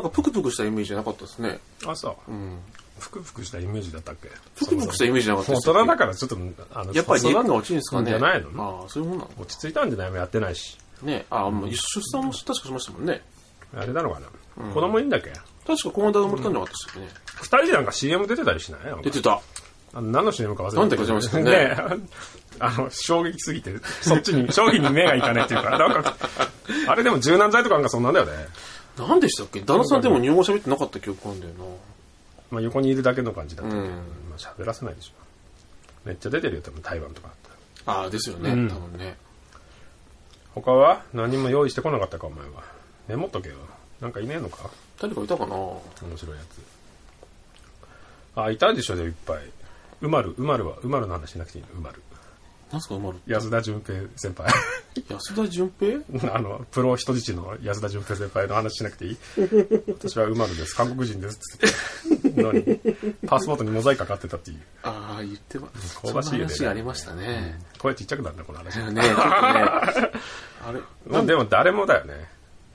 なんかプクプクしたイメージじゃなかったですね。
あそう、
ん
ふくふくしたイメージだったっけ
プクプクしたイメージじゃなかった
大
です
人だからちょっとあの
やっぱり
そ
肉が落ちるんですかね。
じゃないの
ああ、そういうもんなのか
落ち着いたんじゃないもうやってないし
ね。ああ、もう出産も確かしましたもんね。
あれなのかな、子供いいんだっけ
確かこの間生まれたんじゃなかったですよね。
二人でなんか CM 出てたりしない
出てた。
あの何の CM か忘れ
なんだっけ忘れましたね
あの衝撃すぎてそっ ちに商品に目がいかないっていうかなんかあれでも柔軟剤とかなんかそんなんだよね、
何でしたっけ旦那さんでも日本語喋ってなかった記憶あるんだよな。
まあ、横にいるだけの感じだったけど、
うん
まあ、喋らせないでしょめっちゃ出てるよ多分台湾とかだったら
ああ、ですよね。
うん
多分ね。
他は何も用意してこなかったかお前はメモっとけよなんかいねえのか
誰かいたかな
面白いやつあいたでしょでもいっぱいうまるうまるはうまるの話しなくていいのうまる
何すか、生まる。
安田純平先輩
安田純平
あのプロ人質の安田純平先輩の話しなくていい私はうまるです韓国人ですっつって何パスポートにモザイクかかってたっていう
ああ、言ってま、
香ばしい
そんな
よね
話がありましたね。
声ちっちゃくなるんだこの話
だよね、 ちょっとね。あれ
まあでも誰もだよね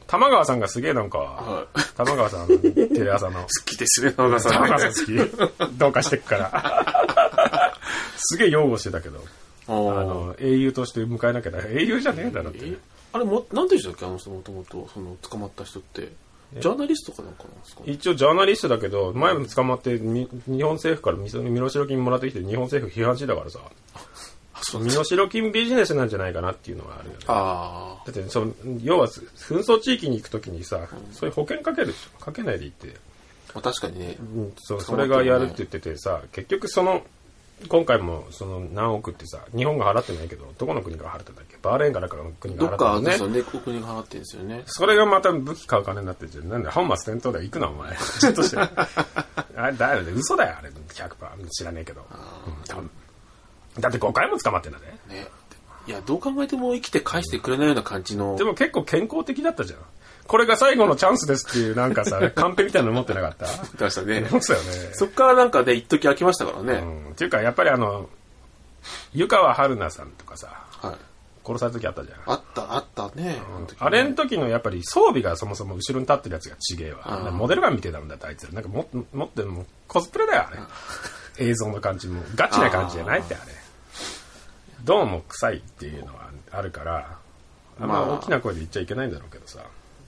玉川さんがすげえなんか
はい。
玉川さんテレ朝の
好きですね、長さ
玉
ん。あ
川さん好きどうかしてっから。すげえ擁護してたけど、あ
あ。
の、英雄として迎えなきゃだ。英雄じゃねえだろって
え。あれも、なんて人だっけあの人もともと、その、捕まった人って。ジャーナリストかなんかなんですかね
一応ジャーナリストだけど、前も捕まってに、日本政府から身代金もらってきて、日本政府批判してたからさ、
あ、そう
身代金ビジネスなんじゃないかなっていうのはあるよね。だ
あ
って、その、要は、紛争地域に行くときにさ、そういう保険かけるでしょかけないで行って。
あ。まあ確かにね。
うんそうそれがやるって言っててさ結局その今回もその何億ってさ日本が払ってないけどどこの国が払ってんだっけバーレーンかなんかの国
どっ
が払
か
って
で
る
す
の
よ
ね
ね、国に払ってるんですよね。
それがまた武器買う金になってるじゃんなんで本末転倒だよ行くなお前ちょっと してあれだよね嘘だよあれ100%知らねえけど、うん多分だって5回も捕まってんだね
ね。いや、どう考えても生きて返してくれないような感じの
で。も結構健康的だったじゃんこれが最後のチャンスですっていうなんか さカンペみたいなの持ってなか った
ましたね
持ってたよね
そっからなんかね、一時飽きましたからね。
うんっていうかやっぱりあの湯川春菜さんとかさ
はい。
殺された時あったじゃん
あった、あったね。あの時ね
あれの時のやっぱり装備がそもそも後ろに立ってるやつがちげえ
あー
わモデルガンみてえだもんだってあいつらなんかも持ってもうコスプレだよあれ映像の感じもガチな感じじゃないってあれどうも臭いっていうのはあるからあん
ま
ま
あ
大きな声で言っちゃいけないんだろうけどさ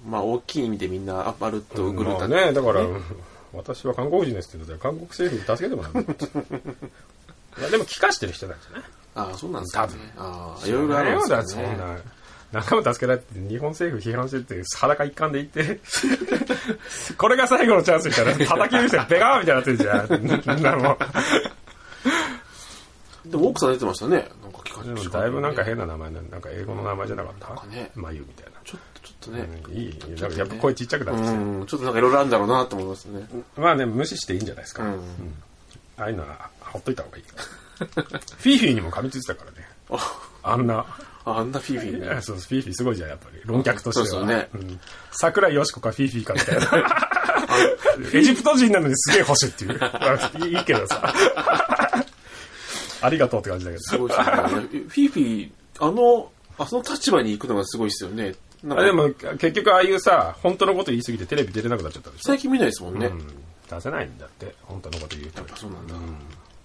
まあ、大きい意味でみんな、あまるっとうぐる
ま
た
あ
ね。
ねだから 私は韓国人ですって言うと韓国政府に助けてもらういやでも帰化してる人なんじゃない
ああ、そうなんですか、ね
多分。
ああ、いろいろあるんです
だ
よ
そん
ね。
な。仲間助けられて日本政府批判してって裸一貫で言って、 これが最後のチャンスみたいな、叩き見せてベガーみたいになってるじゃん。なも
でも、奥さん出てましたね。なんか聞か
うで
れ
も
て
だいぶなんか変な名前なんか英語の名前じゃなかった
かね
眉みたい
ちょっと、ちょっとね。
な。いい、なんかやっぱ声ちっちゃくなってきてる
うん、ちょっとなんかいろいろあるんだろうなと思いますね。
まあね、無視していいんじゃないですか。
うん
うんああいうのは、ほっといた方がいい。フィーフィーにも噛みついてた からね。
あ、
あんな。
あんなフィーフィ
い
ーね。
や そう、フィーフィーすごいじゃん、やっぱり。論客としては。
そうですよね
ん桜井よしこかフィーフィーか みたいな。エジプト人なのにすげえ保守ってい う。いいいいけどさ。ありがとうって感じだけ
す
ど。
ごいですね。フィーフィー、あの、あその立場に行くのがすごいですよね。なん
あ
か
でも、結局ああいうさ、本当のこと言いすぎてテレビ出れなくなっちゃったでしょ。
最近見ないですもんね。
うん出せないんだって、本当のこと言うと。
そうなんだ。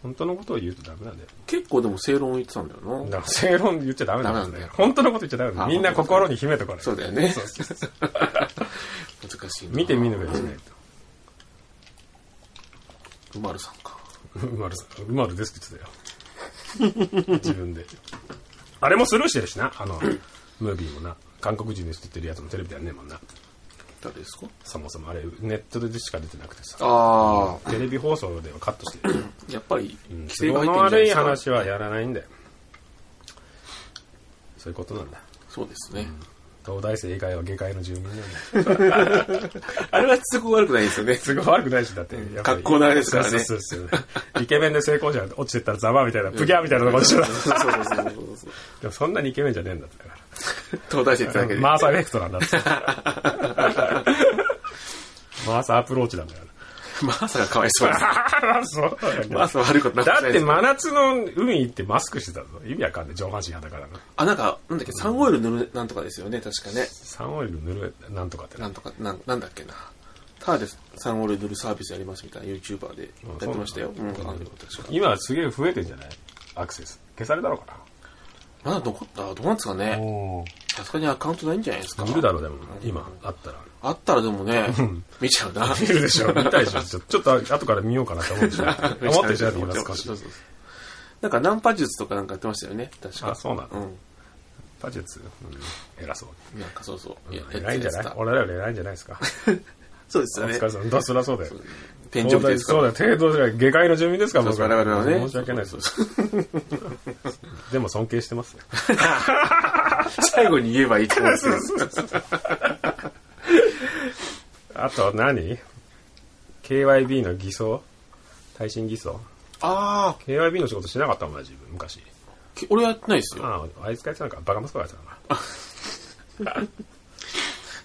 本当のことを言うとダメなんだよ。
結構でも正論言ってたんだよな。
だから正論言っちゃダメなんだよ
ダメなんだよ
本当のこと言っちゃダメなんだよ
あ
みんな心に秘めとかないと
そうだよね
そうそうそう
難しいな。
見て見ぬべしない
うまるさんか。
と。うまるさん、うまるですって言ってたよ。自分で。あれもスルーしてるしな、あ の、ムービーもな。韓国人の人言ってるやつもテレビでやんねえもんな。
誰ですか
そもそもあれ、ネットでしか出てなくてさ。
あ
テレビ放送ではカット してる。
あ、やっぱり、規
規
制
制
が
の
入ってるんじゃない
悪
で
い
すか。
話はやらないんだよ。そういうことなんだ。
そうですね。
東大生以外は下界の住民なんだよ。
あれは都合悪くないですよ ね。
すごい悪くないし、だって。やっぱり
格好のあれですからね
そうそうそうそう イケメンで成功者落ちてったらざまみたいな、ブギャーみたいなとこでしょ。 で
そうそうそうそうそう。
もそんなにイケメンじゃねえんだってだか
東大生ってだけ
ら。
で。
マーサーエフェクトなんだって。マーサーアプローチなんだよ。
マーサがかわいそうです。
そう
マーサ悪いことなく
だ
て
って真夏の海行ってマスクしてたぞ。意味わかんない。上半身裸だからな。
あ、なんか、なんだっけ、サンオイル塗るなんとかですよね、確かね。
サンオイル塗るなんとかって
な
な。
んとか、なんなんだっけな。ただでサンオイル塗るサービスやりますみたいな YouTuber でやってましたよ。うん、あの確か
今すげえ増えてんじゃないアクセス。消されたのか
まだ残った、どうなんですか
な
ね。
お
さすがにアカウントないんじゃないですか。
見るだろう、でも。今、あったら。
あったらでもね、見ちゃうな。
見るで しょ見たいでしょちょちょっと後から見ようかなと思う でしょ思ってるじゃないですか
そうそうそうなんかナンパ術とかなんかやってましたよね、確か。
あそうなの
う。
パジェツ、うん、偉そうん
なんかそうそう。や
偉いんじゃない
やってた
俺らより偉いんじゃない ですか
そうです
お
よね
疲。れ様どうすらそうだよ
天井日ですから
そうだよ程度じゃない下界の住民ですから
そう
僕
そう我々はね
申し訳ないですでも尊敬してますよ
最後に言えばいいと思うんですけど。
あと何 ?KYB の偽装耐震偽装
ああ、
KYB の仕事しなかったもんな自分昔
き俺やってないですよ。
あああいつかやってたのかバカ息子がやってたのか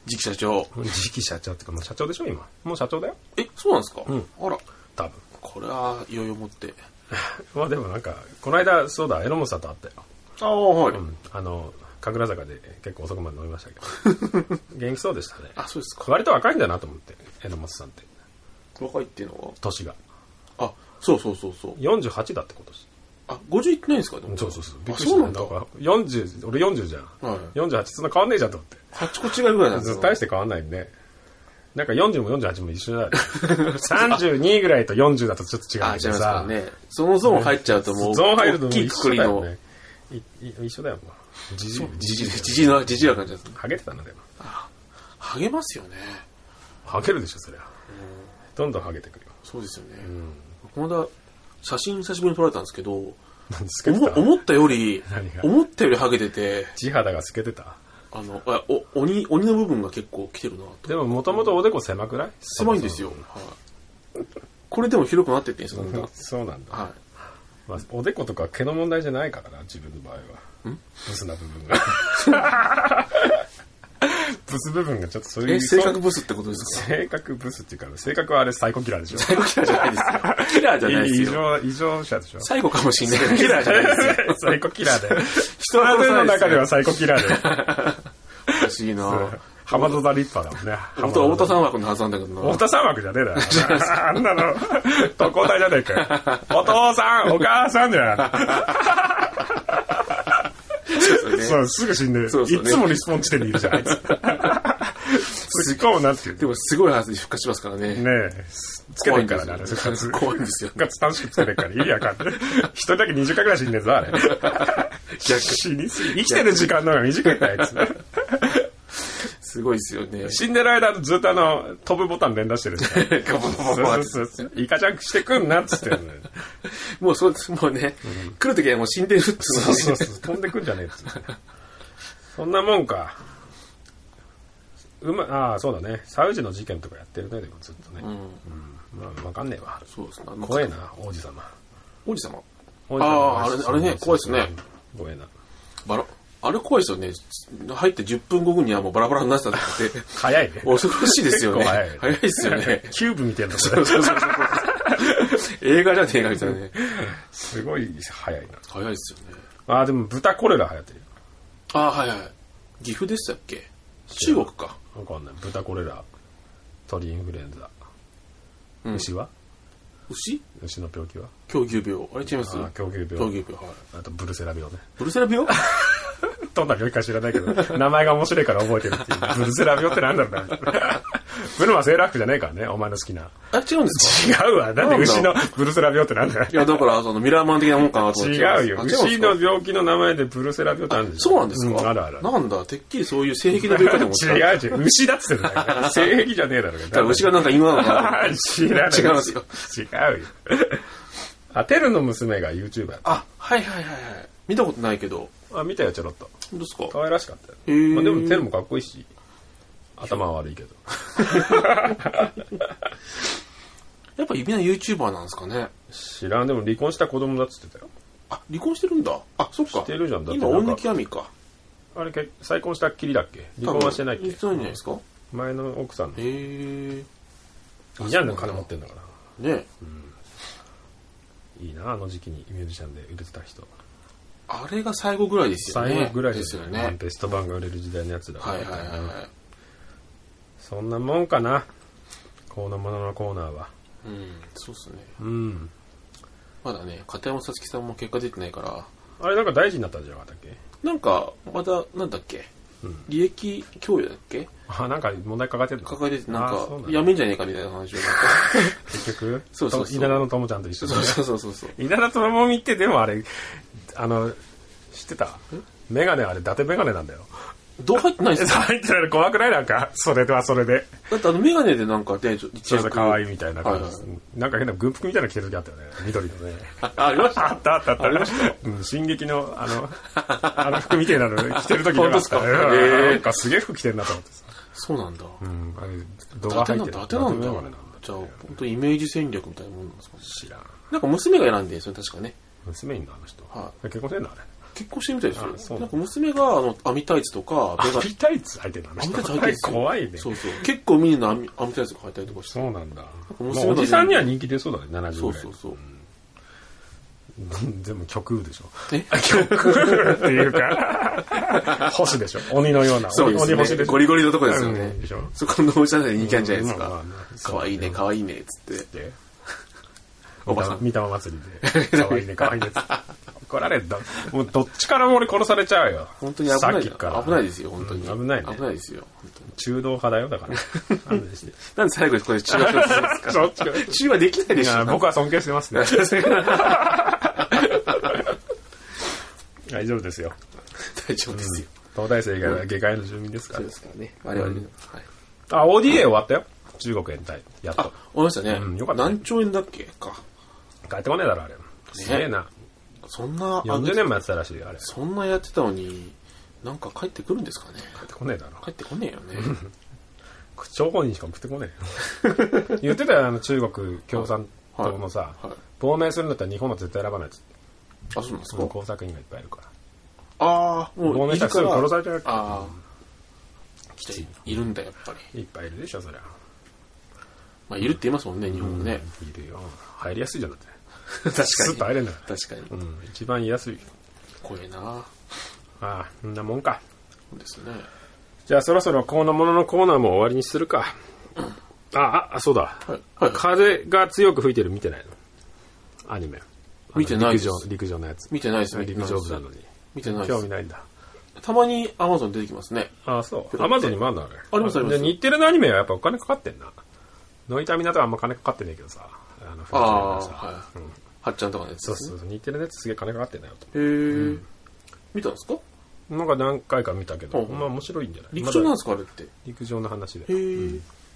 次期社長。
次期社長っていうかもう社長でしょ今もう社長だよ
え、そうなんですか
ん
あら、
多分
これは余裕を持って。
まあでもなんか、この間、そうだ、榎本さんと会ったよ。
ああ、はい。
うん。あの、神楽坂で結構遅くまで飲みましたけど。 元気そうでしたね。
あ、そうですか。
割と若いんだなと思って、榎本さんって。
若いっていうの
年が。
はあ、そうそうそうそう。
48だってことです。
あ、50いってないんですかでも
そうそうそう。びっ
あ、
くりし
そう
た、
なんだ。
から40、俺40じゃん。
はい
48、そんな変わんねえじゃんと思って。
8個違いぐらいなんですか
大して変わんないんで。なんか40も48も一緒だよ。32ぐらいと40だとちょっと違うん
あ、
だ
違い
け
ま
ど
すから
さ。
ね。そのゾーン入っちゃうともう、
ゾーン入る
大
ともう
きいく
一
く
緒
り
だよ
の、
ね。いい一緒だよ、もう。じじい、
じじ
じじ
い
い。
じじいの、じじいな感じですね。
ハゲてたな、でも。
ハゲますよね。
ハゲるでしょ、そりゃ。どんどんハゲてくるよ。
そうですよね。この間、写真久しぶりに撮られたんですけど、お
何です
も思ったより
何、が
思ったよりハゲてて、
地肌が透けてた
あの、あお鬼、鬼の部分が結構来てるなと。
でも、もともとおでこ狭くない
狭いんですよ。はい。これでも広くなってってんですよ、だんだん
そうなんだ、
は
まあ、おでことか毛の問題じゃないからな自分の場合はブスな部分が ブス部分がちょっとそう
い。
いう
え、性
そ
格
う
ブスってことですか
性格ブスっていうか性格はあれサイコキラーでしょ
最後キラーじゃないですよ。キラーじゃないです
異
よ。
常異常者でしょ
最後かもしんないけど、キラーじゃないですよ。
サイコキラーで人
人は
の
殺さない
の
ですよ
中ではサイコキラ ーで
おかしいな
浜田立派だもんね
本当は太田三枠のはずなんだけどな。
太田三枠じゃねえだろ。 あんなの、特攻隊じゃねえか よ。お父さん、お母さんじゃない。
そうですよ
そ
ね。
う、すぐ死んでる。
そうそうね
いつもリスポン地点にいるじゃん、あいつ。しかもなんてい う
でもすごいはずに復活しますからね。
のねえ、つけ
怖
て
いん
んか
です
らな、
よ
あれ。復活。復
怖いんですよ。
活楽しくつけてんから、意味わかんない。一人だけ20回くらい死んでんぞ、あれ。
逆
死にすぎ生きてる時間の方が短いから、あいつ。
すごいですよね。
死んでる間ずっとあの、飛ぶボタン連打してるんですよ
ガボガボガボ
そうそうそう。イカジャンクしてくんなっつってんのよ
もうそうです。もうね、来るときはもう死んでるっていうの
そう
に
そうそう。飛んでくんじゃねえっつって。そんなもんか。うま、ああ、そうだね。サウジの事件とかやってるね、でもずっとね。うん。まあ、わかんねえわ。
そうですね。あの
怖えな、王子様。
王子様。
王子様
あーあれあれね怖いっすね。
怖えな。
バラ、あれ怖いですよね。入って10分後にはもうバラバラになってたって
早いね。
恐ろしいですよね。
結構早い
早いですよ
。
ね
キューブみたいな。
そうそうそうそう映画じゃねえかみたいなね。
すごい早いな。
早いですよね。
ああ、でも豚コレラ流行ってるよ。
ああ、はいはい。岐阜でしたっけ中国か。
わかんない。豚コレラ、鳥インフルエンザ。
うん
牛は
牛
牛の病気は
狂牛病。あれ違います
あー狂牛病
狂牛病、はい。
あとブルセラ病ね。
ブルセラ病
どんな病気か知らないけど、名前が面白いから覚えてるっていう。ブルセラ病ってなんだろうな。 ブルマセーラークじゃねえからね、お前の好きな。
あ、違うんですか
違うわ。なんで牛のブルセラ病ってなんだよ
い。や、だから、その、ミラーマン的なもんかなと思って。
違うよ。
あ
牛
違うん
の
ですか
病気の名前でブルセラ病ってあるんで
そうなんですか
あるある。
なんだ、てっきりそういう性癖の病気だと思ってた。
違う違う。牛だっつってんだから。性癖じゃねえだろう
だから牛がなんか犬なのかなと 思って。
知らない。
違うんですよ。
違うよ。あ、テルの娘が YouTuber。
あ、はいはいはいはい。見たことないけど。
あ、見たよ、ちょろっと。
どうですか
可愛らしかったよ。
へー
まあ、でもテルもかっこいいし、頭は悪いけど。
やっぱみんな YouTuber なんですかね。
知らん、でも離婚した子供だっつってたよ。
あ、離婚してるんだ。あ、そっか。
してるじゃんだって
今、
なん
大
か
貫亜美か。
あれ、け再婚したっきりだっけ離婚はしてないっけ
言ってないんじゃないですか。
前の奥さんの。
へ
い
え。
いじゃん、でも金持ってんだから。
ね
いいな、あの時期にミュージシャンで売れてた人。
あれが最後ぐらいですよね。
最後ぐらい
で
ですす
よ
よ
ね
ね。。ベスト版が売れる時代のやつだか
は
ら
い
ね
はいはいは
そんなもんかな。このもののコーナーは。
い。うん、そうっすね。
うん。
まだね、片山さつきさんも結果出てないから、
あれ、なんか大事になったんじゃなかったっけ
なんか、また、なんだっけ、利益供与だっけ
あ、なんか問題抱えてるの
抱えてて、なん
あそう
か
な、んだ
やめんじゃねえかみたいな話をなんか。
結局、
そうそうそう
と稲田の友ちゃんと一緒だ
そう
ね。
そうそうそうそう。
稲田友美って、でもあれ、あの、知ってたメガネあれ、伊達メガネなんだよ。
どう入ってないですか
入ってないの怖くないなんか、それではそれで。
だってあの、メガネでなんかで、ちょ一
ちょっ
応
と可愛いみたいな感じ
はいは
なんか変な軍服みたいなの着てる時あったよね。緑のね。
あありました
あったあったあった。
ありました
うん、進撃の、あの、 あの服みたいなの着てる時なか
本
った
当ですか
うん
へー
なんかすげえ服着てるなと思ってさ。
そうなんだ。
うん、あれ、動
伊達
画入っ
なんだ、
てる。
伊達なんだ
動画なんだ。
じゃあ、本当イメージ戦略みたいなもんなんですかね。
知らん。
なんか娘が選んで、それ確かね。
娘いんのあの人。
は
結婚してんのあれ。
結婚してみたいで
あ
す
そ
よ。
う
なんか娘が、あの、網タイツとか、メガ
ア
ネ
ミタイツ履いてるのあの
網
人
タイツ履いてるんですよ。
怖いね。
そうそう。結構ミニの網網タイツとか履いたりとかして。
そうなんだ。
面
まあ
白い
おじさんには人気出そうだね、70ぐらい。
そうそうそう。
全部極右でしょ。
え
極右っていうか、星でしょ。鬼のような。
そうです
鬼星
ね。
でしょ
ゴリゴリのとこですよね
うんでしょ。
そこのおしゃれで人気あるんじゃないです
まあまあ
か
まあ。そう
かわいいね、かわいいね、つって。
って。
おばさん
見たま祭りで。可愛いね、可愛いねっつって。怒ら れんだ。もうどっちからも俺殺されちゃうよ。
本当に危な
さっ
い
きから。
危ないですよ、本当に。
うん危ないね
危ないですよ、本当に。
中道派だよ、だから。勘弁 して
なんで最後にここで中和するん ですか
そっちが
中和できないで
い
しょ
や。僕は尊敬して ますね。大丈夫ですよ。
大丈夫ですよ。
東大生以外は下界の住民ですか
そう
ら
で。すからね。我々の。はい。
あ、ODA 終わったよ。中国延滞。やっ
あ、
と
わ。かりましたね
うん。よかったね
何兆円だっけか。
帰ってこねえだろ、あれ。すげえな。
そんな、あの
40年もやってたらしいよ、あれ。帰
そんなやってたのに、なんか帰ってくるんですかね。
ってこねえだろ。
帰ってこねえよね。
張本人しか送ってこね えよ。言ってたよ、あの中国共産党のさ
はいはい、
亡命するんだったら日本は絶対選ばないっつって。
あ、そうなんです
その
か。
工作員がいっぱいいるから。
ああ、も
亡
う
命
い
した
る
ら
か
すぐ
ら。
殺されちゃうから
ああ。来ているんだ、やっぱり。
いっぱいいるでしょ、そりゃ。
まあ、いるって言いますもんね、日本もね。
いるよ。入りやすいじゃん、だって。
確かに。
スッと入れんだから
確かに。
うん、一番言いやすい。
怖えな。
ああ、そんなもんか。
そうですね。
じゃあそろそろこのもののコーナーも終わりにするか。ああ、あ、そうだ。
はい。はい。
風が強く吹いてる見てないのアニメ。
見てないです
あの陸上、陸上のやつ。
見てないですね。
陸上部なのに。
見てないで
興味
す。
ないんだ。
たまにアマゾン出てきますね。
ああ、そう。アマゾンにもあるんだね。
ありますあります
で日テレのアニメはやっぱお金かかってんな。ノイタミナとかあんま金かかってねえけどさ。あの、フラ
ああ
ンスの
ー、
さ
はい。
うん
はっちゃんとかのやつ
そ
で
う
すね。
そうそう。日テレのやつすげえ金かかってんだよと。
へえ。見たんですか
なんか何回か見たけど、
うん
まあ面白いんじゃない
陸上なん
ま
で
だ
すかあれって。へ
陸上の話で。
え。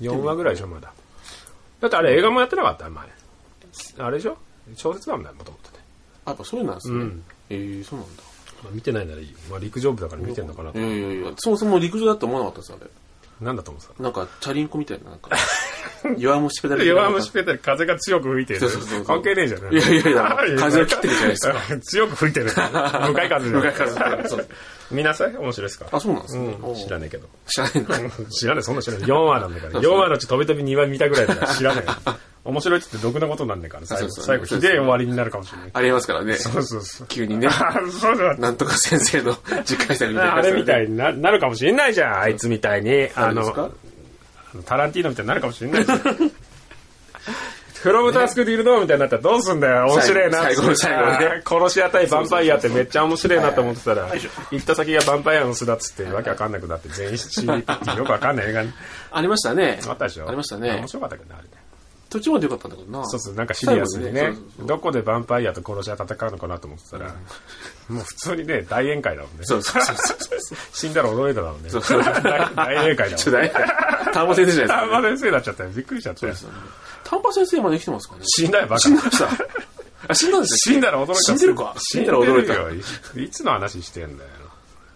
4話ぐらいでしょ、まだ。だってあれ映画もやってなかった前。あれでしょ小説なんだよ、もともとね。
あやっぱそういうのなんですね。
うん
ええ、そうなんだ。
まあ見てないならいいよ。まあ陸上部だから見てんのかなと
い。やいやいや、そもそも陸上だと思わなかったです、あれ。
なんだと思ってた
なんか、チャリンコみたいな、なん か、弱虫ペダルみたいな。
弱虫ペダル風が強く吹いてる
そうそうそうそう。
関係ねえじゃん。
いや いやいや風を切ってるじゃないです
か。 強く吹いてる。向かい風じゃ
向
ん
かい風そうそう
見なさい面白いですか
あ、そうなんですね。
うん知らねえけど。
え。知らないな。
知らない、そんな知らない。4話なんだから。4話のうち飛び飛び2話見たぐらいだから知らない。 面白いって言って毒なことなんだから、最後、
そうそう
最後ひでえ終わりになるかもしれない。
ありえますからね。
そうそうそう。
急 にね、
あ、そうそう。
なんとか先生 の実感したみたいな。
あれみたいにななるかもしれないじゃん、あいつみたいに。あ
あの、
の、タランティーノみたいになるかもしれないじゃん。フロムタスクディルドーみたいになったらどうすんだよ、面白いな
最後の最後の最後ね
あー殺し屋対ヴァンパイアってめっちゃ面白いなと思ってたら、
はいはい
行った先がヴァンパイアの巣だっつって、わけわかんなくなって、全員死にっていうよくわかんない映画に
ありましたね。
あったでしょ。
ありましたね
面。白かったけどね、あれね。
途中までよかったんだけどな。
そうそう、なんかシリアスに
最
ね
後に、
どこでヴァンパイアと殺し屋戦うのかなと思ってたら、もう普通にね、大宴会だもんね。
そうそうそうそうそう。
死んだら驚いただろうね。
うそう
大大宴会だ
ちょ
も
っ
ん
と
ね。
ね、丹波先生じゃない
あ
で
ん
すか。
ま先生になっちゃったよ。びっくりしちゃったよ。
丹波先生まで生きてますかね。
死んだよ、バカ
死。んでました。あ、死んだんですよ。
死んだら驚いた。
死んでるか
死んだら驚いた
死んで
よ。いつの話してんだよ。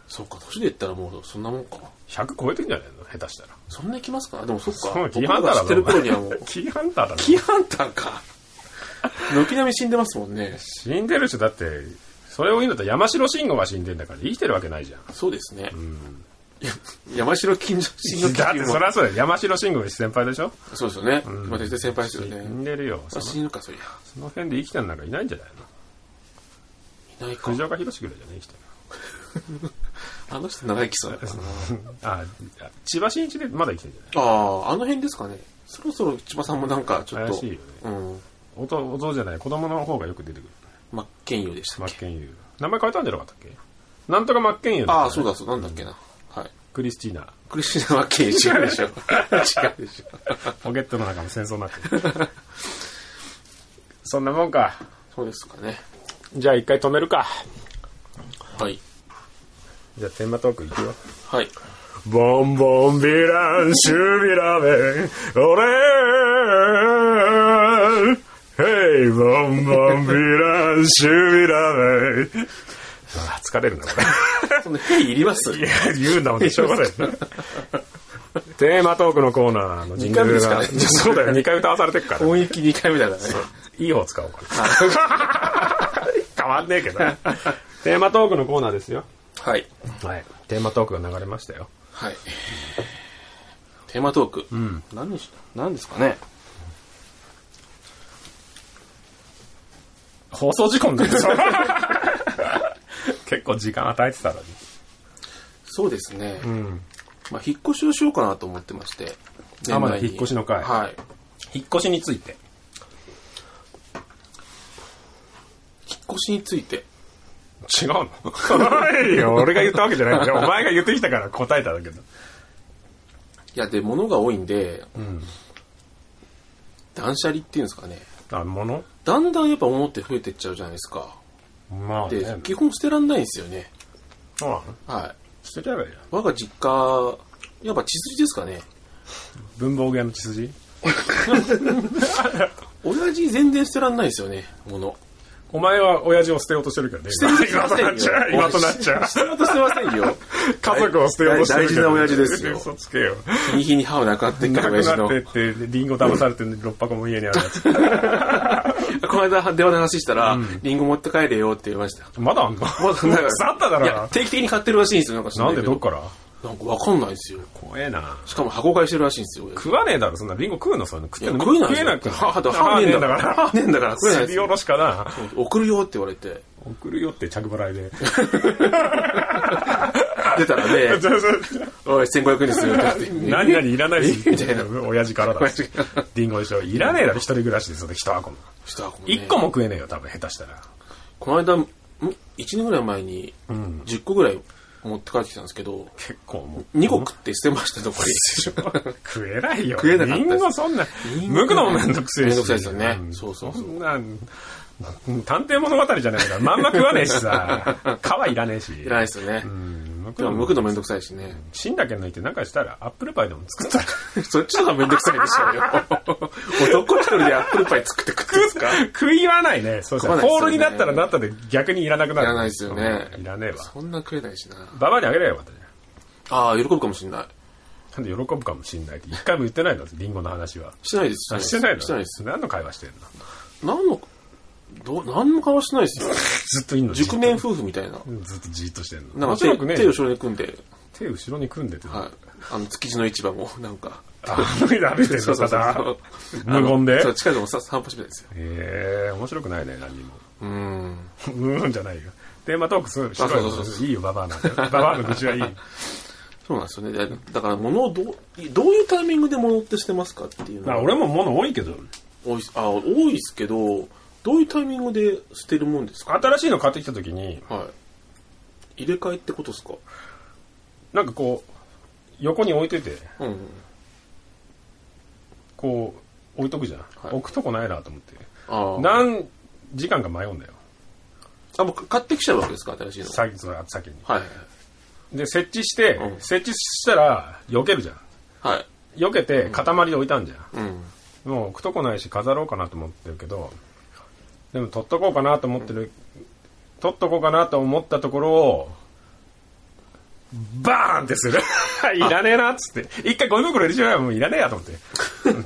そうか、年で言ったらもうそんなもんか。
100超えてんじゃねえの下手したら。
そんないきますかでもそっ
そ
か
う。キ
僕
ーハ
ら
ンタ
が
ーだ
知
ろ
ってる頃には もう、
キーハンターだろ。
キーハンターか。軒並み死んでますもんね。
死んでる人だって、それを言うんだったら山城慎吾が死んでんだから生きてるわけないじゃん。
そうですね。や 山城金城金の
だっ
金
て
も
そり。ゃそうだよ。山城慎吾が先輩でしょ
そうですよね。まあ、絶対先輩ですよ
死
ね。
んでるよ。そ
あ
の
死ぬか、そりゃ。
その辺で生きてるなんかいないんじゃないの
いないか。
藤岡弘ぐらいじゃね生きてる
あの人長生きそうだからな。
の。 あ、千葉真一でまだ生きてるんじゃな
ああ、
い
あの辺ですかね。そろそろ千葉さんもなんか、ちょっと。
怪しいよね
うん。
おとお父じゃない、子供の方がよく出てくる。
真剣佑でした
マ
っけ。
ッケンユー。名前変えたんじゃなかったっけなんとかマッケンユー
ああ、そうだ、そう、なんだっけな。はい。
クリスティーナ。
クリスティナ・マッケン違う でしょ。違うでしょ。
ポケットの中の戦争になってる。 そんなもんか。
そうですかね。
じゃあ一回止めるか。
はい。
じゃあテーマトークいくよ。
はい。
ボンボンビラン、シュビラメン、俺ヘイ、ボンボンビラン、シュビラメン。あ疲れるな、これ。
その、へいいります
いや、言うんだもんね、しょうがない。 テーマトークのコーナーのジングル
二
が、
回目ですかね
そうだよ、2回歌わされてるから。い
音域2回目だからね。
い方使おうかな。変わんねえけど。テーマトークのコーナーですよ。
はい。
はい。テーマトークが流れましたよ。
はい。テーマトーク。うん。何にし、何ですかね。
放送事故になっ結構時間与えてたのに。
そうですね。
うん。
まあ、引っ越しをしようかなと思ってまして。
あま
年
だ
内に
引っ越しの回
はい。
引っ越しについて。
引っ越しについて。
違うのいや、俺が言ったわけじゃないんだよ。お前が言ってきたから答えただけど。
いや、で、物が多いんで、断捨離っていうんですかね。
あ、もの
だんだんやっぱ物って増えてっちゃうじゃないですか。
まあ、
で、
ね。
基本捨てらんないんですよね。
そうなの
はい。
捨てちゃえばいいじゃん。
我が実家、やっぱ血筋ですかね。
文房具屋の血筋
親父全然捨てらんないんですよね、物。
お前は親父を捨てようとしてるけどね。
捨て
今となっちゃう。今となっちゃう。
捨てようとしてませんよ。
家族を捨てようとしてるけ
大大事
ど、
な親父ですよ
嘘つけよ。
日に日に歯をなくなってっか
な
ら親
く
父
な
の
っ。てって、リンゴ騙されて6箱も家にあるやつ。
この間電話で話したら、リンゴ持って帰れよって言いました。
まだあん の
まだなんか
腐っただろ
いや、定期的に買ってるらしいんですよ。なんか知ら
ないん
け
でどっから
なんかわかんないですよ。
怖えな。
しかも箱買いしてるらしいんですよ。親父
食わねえだろ、そんな。リンゴ食うのそんな。食
い
って
や
んの
食えない
食えなく
ですよ歯だ歯ねえんだから。歯ねえんだから食えない
す
で
り
すよ
おろしかな。
送るよって言われて。
送るよって着払いで。
出たら ね、おい、1500円ですよって言って。
何々いらないです。
み たいな
親父からだ
親父から。
リンゴでしょ。いらねえだろ、一人暮らしで、その一箱も。
一箱もね
一個も食えねえよ、多分、下手したら。
この間、ん ?1 年ぐらい前に、10個ぐらい持って帰ってきたんですけど、
結構もう。
2個食って捨てました、ど こに。
食えないよ。
食えなかったで
リ
す
ンゴそんな、
リンゴ
剥くのもめんどくせえし。
めんどくさいですよね
ん
そうそうそうん
なん探偵物語じゃないから、まんま食わねえし さ、皮いらねえし。
いらないですよね
う。ん、剥く
で
の
も、
も
剥くのめんどくさいしね。
芯だけ抜いてなんかしたら、アップルパイでも作った ら、
そっちの方がめんどくさいでしょ うよ。男一人でアップルパイ作って食うんですか
食いはないね。そうしたら、
食
ホ
わ
ー
な
ル
いですよね
になったらなったで逆にいらなくな
い
る。
らないですよね
うんいらねえわ。
そんな食えないしな。
ババアにあげればよかったじゃん。
ああ、喜ぶかもしれない。
なんで喜ぶかもしんないって、一回も言ってないのリンゴの話は。
してないです。
あしてないの
してないです。
何の会話してんの
何の、どう、何の顔してないですよ。
ずっといんの
熟年夫婦みたいな。
ずっとじーっとしてんの。
なん
面
か手
白くねえ
手
よ
を後ろに組んで、
手後ろに組んでて。
はい。あの、築地の市場も、なんか。
あ、歩いて歩いてるの、ただ。無言
あの
で
そう、。近くもさ散歩してたんですよ。
ええ、面白くないね、何にも。
うーん。
うん、じゃないよ。テーマトークするしろ
あそうそう
よ。いいよ、ババアなんて。ババアの愚痴はいい。
そうなんですよね。だだから、物をどう、どういうタイミングで物ってしてますかっていうの
ま
が
あ、俺も物多いけど、
多いっすあ、多いですけど、どういうタイミングで捨てるもんですか
新しいの買ってきた時に、
はい。入れ替えってことですか
なんかこう、横に置いてて、
うんうん。
こう、置いとくじゃん。
い
置くとこないなと思って。
ああ。
何時間か迷うんだよ。
あ、もう買ってきちゃうわけですか新しいの。
先その先に。
はい。
で、設置して、
うん
設置したら、避けるじゃん。
はい。
避けて、塊で置いたんじゃん。
うん。
もう置くとこないし飾ろうかなと思ってるけどでも取っとこうかなと思ってる、取っとこうかなと思ったところをバーンって するいらねえなっつって一回ゴミ袋入れちまえばもういらねえやと思って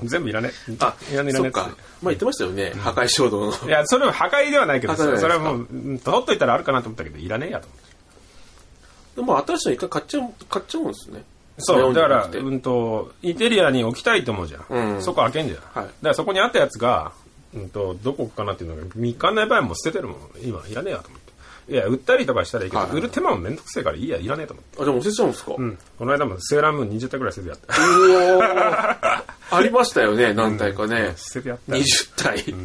うん全部いらねえ
あ、
いらねえ
そ
いらねえ
っ
っつ
か
っ。
まあ言ってましたよね。破壊衝動の。
ていやそれは破壊ではないけど
破壊ではないですか
それはもううん取っといたらあるかなと思ったけどいらねえやと思って
でも新しいの一回買っちゃう、買っちゃうんですね。
そう
レオ
だか
ンじゃ
ら
なくて
うんとインテリアに置きたいと思うじゃん、
うん
そこ開けんじゃん、
はい
だからそこにあったやつが、うん、とどこ置くかなっていうのが見かんない場合はもう捨ててるもん今いらねえやと思っていや売ったりとかしたらいいけど、
はいはい
売る手間もめんどくせえからいいやいらねえと思って、
あ、でも押せちゃうんですか、う
うん、この間もセーラームーン20体ぐらい捨ててやった
お ーありましたよね、何体かね。
捨ててやったよ
20体。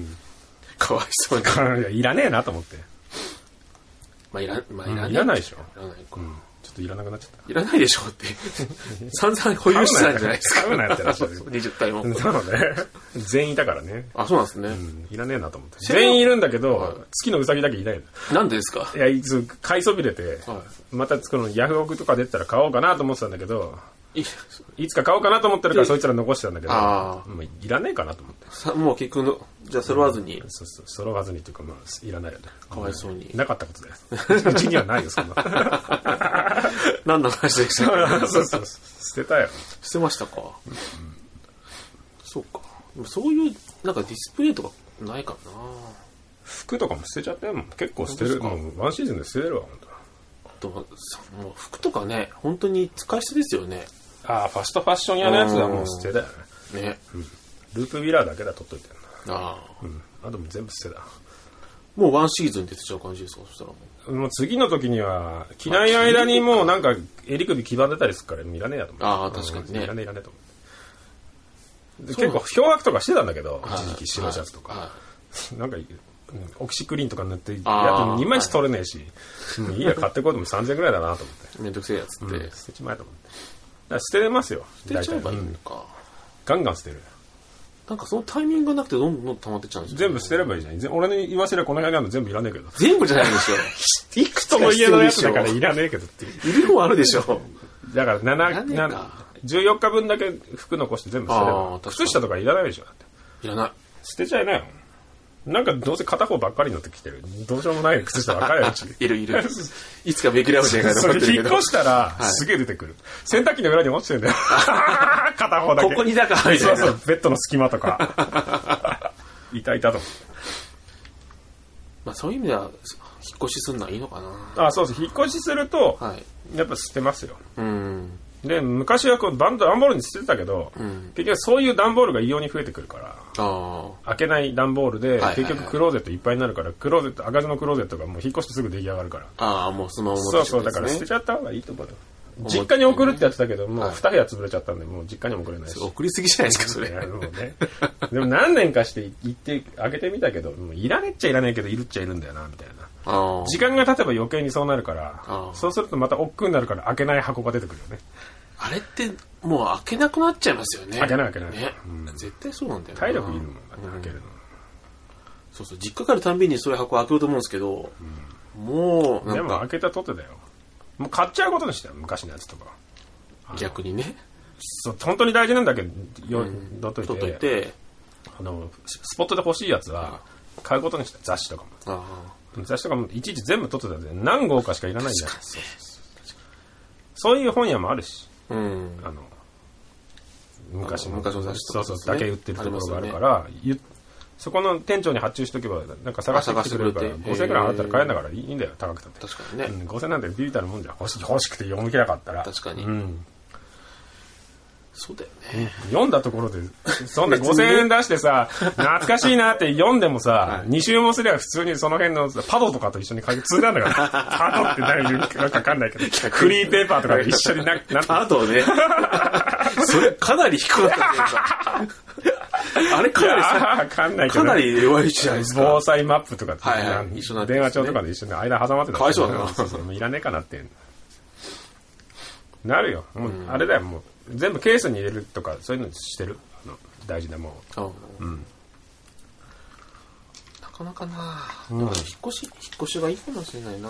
かわいそうに。
いやいらねえなと思って、
まあ、いら、まあ、いら
うん
ない。
いらないでしょ
いらないか。
ちょっといらなくなっちゃった
いらないでしょうって。散々保有してたんじゃないですか。
買うなよって話だ よ
20体も。
なので全員いたからね、
あ、そうなんですね。
うんいらねえなと思って
ラー
全員いるんだけど、
はい
月のウサギだけいないの
なんでですか
いや、いつ、買いそびれて、
は
またこのヤフオクとか出たら買おうかなと思ってたんだけど、
いい
いつか買おうかなと思ってるから
で
そいつら残してたんだけど、
あー
もういらねえかなと思って。
さもう結局の、じゃあ揃わずに、
そうそう、揃わずにというか、まあ、いらないよね。
かわいそうに。
なかったことだよ。うちにはないよ、そんな。
何の話でしたか
そうそう、捨てたよ。
捨てましたか。そうか。でもそういう、なんかディスプレイとかないかな。
服とかも捨てちゃったよ、もう結構捨てる。
本当
も
です
うワンシーズンで捨てれるわ、本当。
でもさもう服とかね、本当に使い捨てですよね。
ああ、ファストファッション屋のやつはもう捨てだよね。
ね。
ループビラーだけだ、取っといてる
ああ。
な。うん。あともう全部捨てだ。
もうワンシーズンで捨てちゃう感じですかそしたらもう。
もう次の時には、着ない間にもうなんか襟首黄ばんでたりするから、もういらねえやと思って。
ああ確かにね
うんいらねえいらねえと思って。で結構、漂白とかしてたんだけど、一時期白シャツと
はい
か。なんか、うんオキシクリーンとか塗って、やっ
あー
2枚し取れねえし、もういいや、買ってこうでも3000ぐらいだなと思っ
めんどくせえやつって。
て。捨てちまえと思って。だから捨てれますよ。
捨てちゃえばいい
大体う
の
ん
か。
ガンガン捨てる。
なんかそのタイミングがなくてどんどん溜まってっちゃうんですよ。
全部捨てればいいじゃんぜ。俺に言わせればこの辺にあるの全部いらねえけど。
全部じゃないんですよ。
いくつも家のやつだからいらねえけどっていう。
いるもんあるでしょ。
だ
い
から
ら
7
ねえ
な
か
14日分だけ服残して全部捨てれ
あー
ば
確かに
靴下とかいらないでしょだって
いらない。
捨てちゃいなよなんかどうせ片方ばっかりのってきてるどうしようもない靴下ばっかりやし
いるいる。いつかめきらうじゃないかと
そ
思っ
れ
て
引
るけ
っ越
ど。
したら
い
すげえ出てくる、洗濯機の裏に落ちてるん だよ片方だけ
ここにだから、みた
そ
いう
そ
な
う。ベッドの隙間とかいたいたと思って
まあそういう意味では、引っ越しすんのはいいのかな。
あそうそう引っ越しすると、
はい。
やっぱ捨てますよ
うん。
で昔はこうバンド段ボールに捨ててたけど、
ん
結局そういう段ボールが異様に増えてくるから
あ
開けない段ボールで、
はいはい
結局クローゼットいっぱいになるから、クローゼット、赤字のクローゼットがもう引っ越してすぐ出来上がるから。
あ。ああ、もうそのまま
そうそう、だから捨てちゃった方がいいと思うよ。実家に送るってやってたけど、もう
はい
2部屋潰れちゃったんで、もう実家にも送れないし。
送りすぎじゃないですか、そ
い
れ。
やもうね。でも何年かして行って、開けてみたけど、もういらねっちゃいらないけど、いるっちゃいるんだよな、みたいな。
ああ。
時間が経てば余計にそうなるから
あ、
そうするとまた億劫になるから開けない箱が出てくるよね。
あれって、もう開けなくなっちゃいますよね。
開けない開けない
ね
うん
絶対そうなんだよな
体力いるもんだって
うん
開けるの。
そうそう、実家からたんびにそういう箱開けようと思うんですけど、もう、な
で
ん
も開
か、
けたとてだよ。もう買っちゃうことにしたよ、昔のやつとか。
逆にね、
そう、本当に大事なんだけど、よ、どっとい
取っとい
て。
て、
あの、ススポットで欲しいやつは、買うことにした雑誌とかも。
ああ。
雑誌とかもいちいち全部取ってたんで、何号かしかいらないじゃん。そうそういう本屋もあるし、
うん。
あの、昔
あ
の
の昔の雑誌とか
そうそ
そう
う、
ですね
だけ売ってるところがあるから、ゆそこの店長に発注しとけば、なんか探してきてくれるから、
あ探してくれて
5000円くらい払ったら買えんだからいいんだよ、高くたって。
確かにね。
うん5000なんてビビたるもんじゃん。欲し欲しくて読み切れなかったら。
確かに
うん。
そうだよね。
読んだとこ ろで、そんな5000円出してさ、懐かしいなって読んでもさ、2周もすれば普通にその辺のパドとかと一緒に書き積んだんだから。 パドって何かわかんないけど、フリーペーパーとかと一緒にな、なんて
あと ね、それかなり低かったんじゃないですか。あれかなりさ、
わかんないけ
か
ど。
なり弱いじゃないです
防
か。
災マップとか、
はいはい
なん
一緒になってますね
電話帳とかで一緒に間挟まってた
かわいそうだな
そうそうもういらねえかなってなるよもうあれだよもう全部ケースに入れるとかそういうのしてるあの大事なもん
うんなかなかな、だから引っ越し、引っ越しがいいかもしれないな。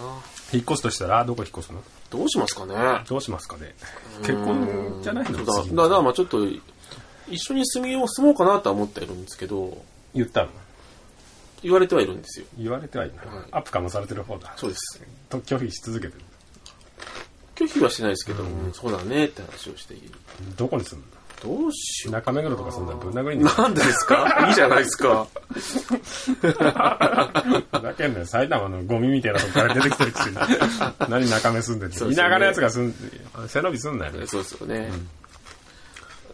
引っ越すとしたらどこ引っ越すの
どうしますかね。
どうしますかね結婚じゃないの
そうだ、
次
だからまあちょっと、一緒に住みよう、住もうかなとは思ってるんですけど、
言ったの
言われてはいるんですよ。
言われてはいない、
はい
アップかもされてる方だ
そうです。
と拒否し続けてる
拒否はしてないですけど、うんそうだねって話をしている。
どこに住む
どうし
の
よう。
中目黒とかそんなぶん殴りに
なんでですかいいじゃないですか。
ふざけんなよ。埼玉のゴミみたいなとこから出てきてるくせに。何中目住んでん
そう
の
ですよ
田
ね
舎のやつが住ん背伸びすんなよ。
そうですよね。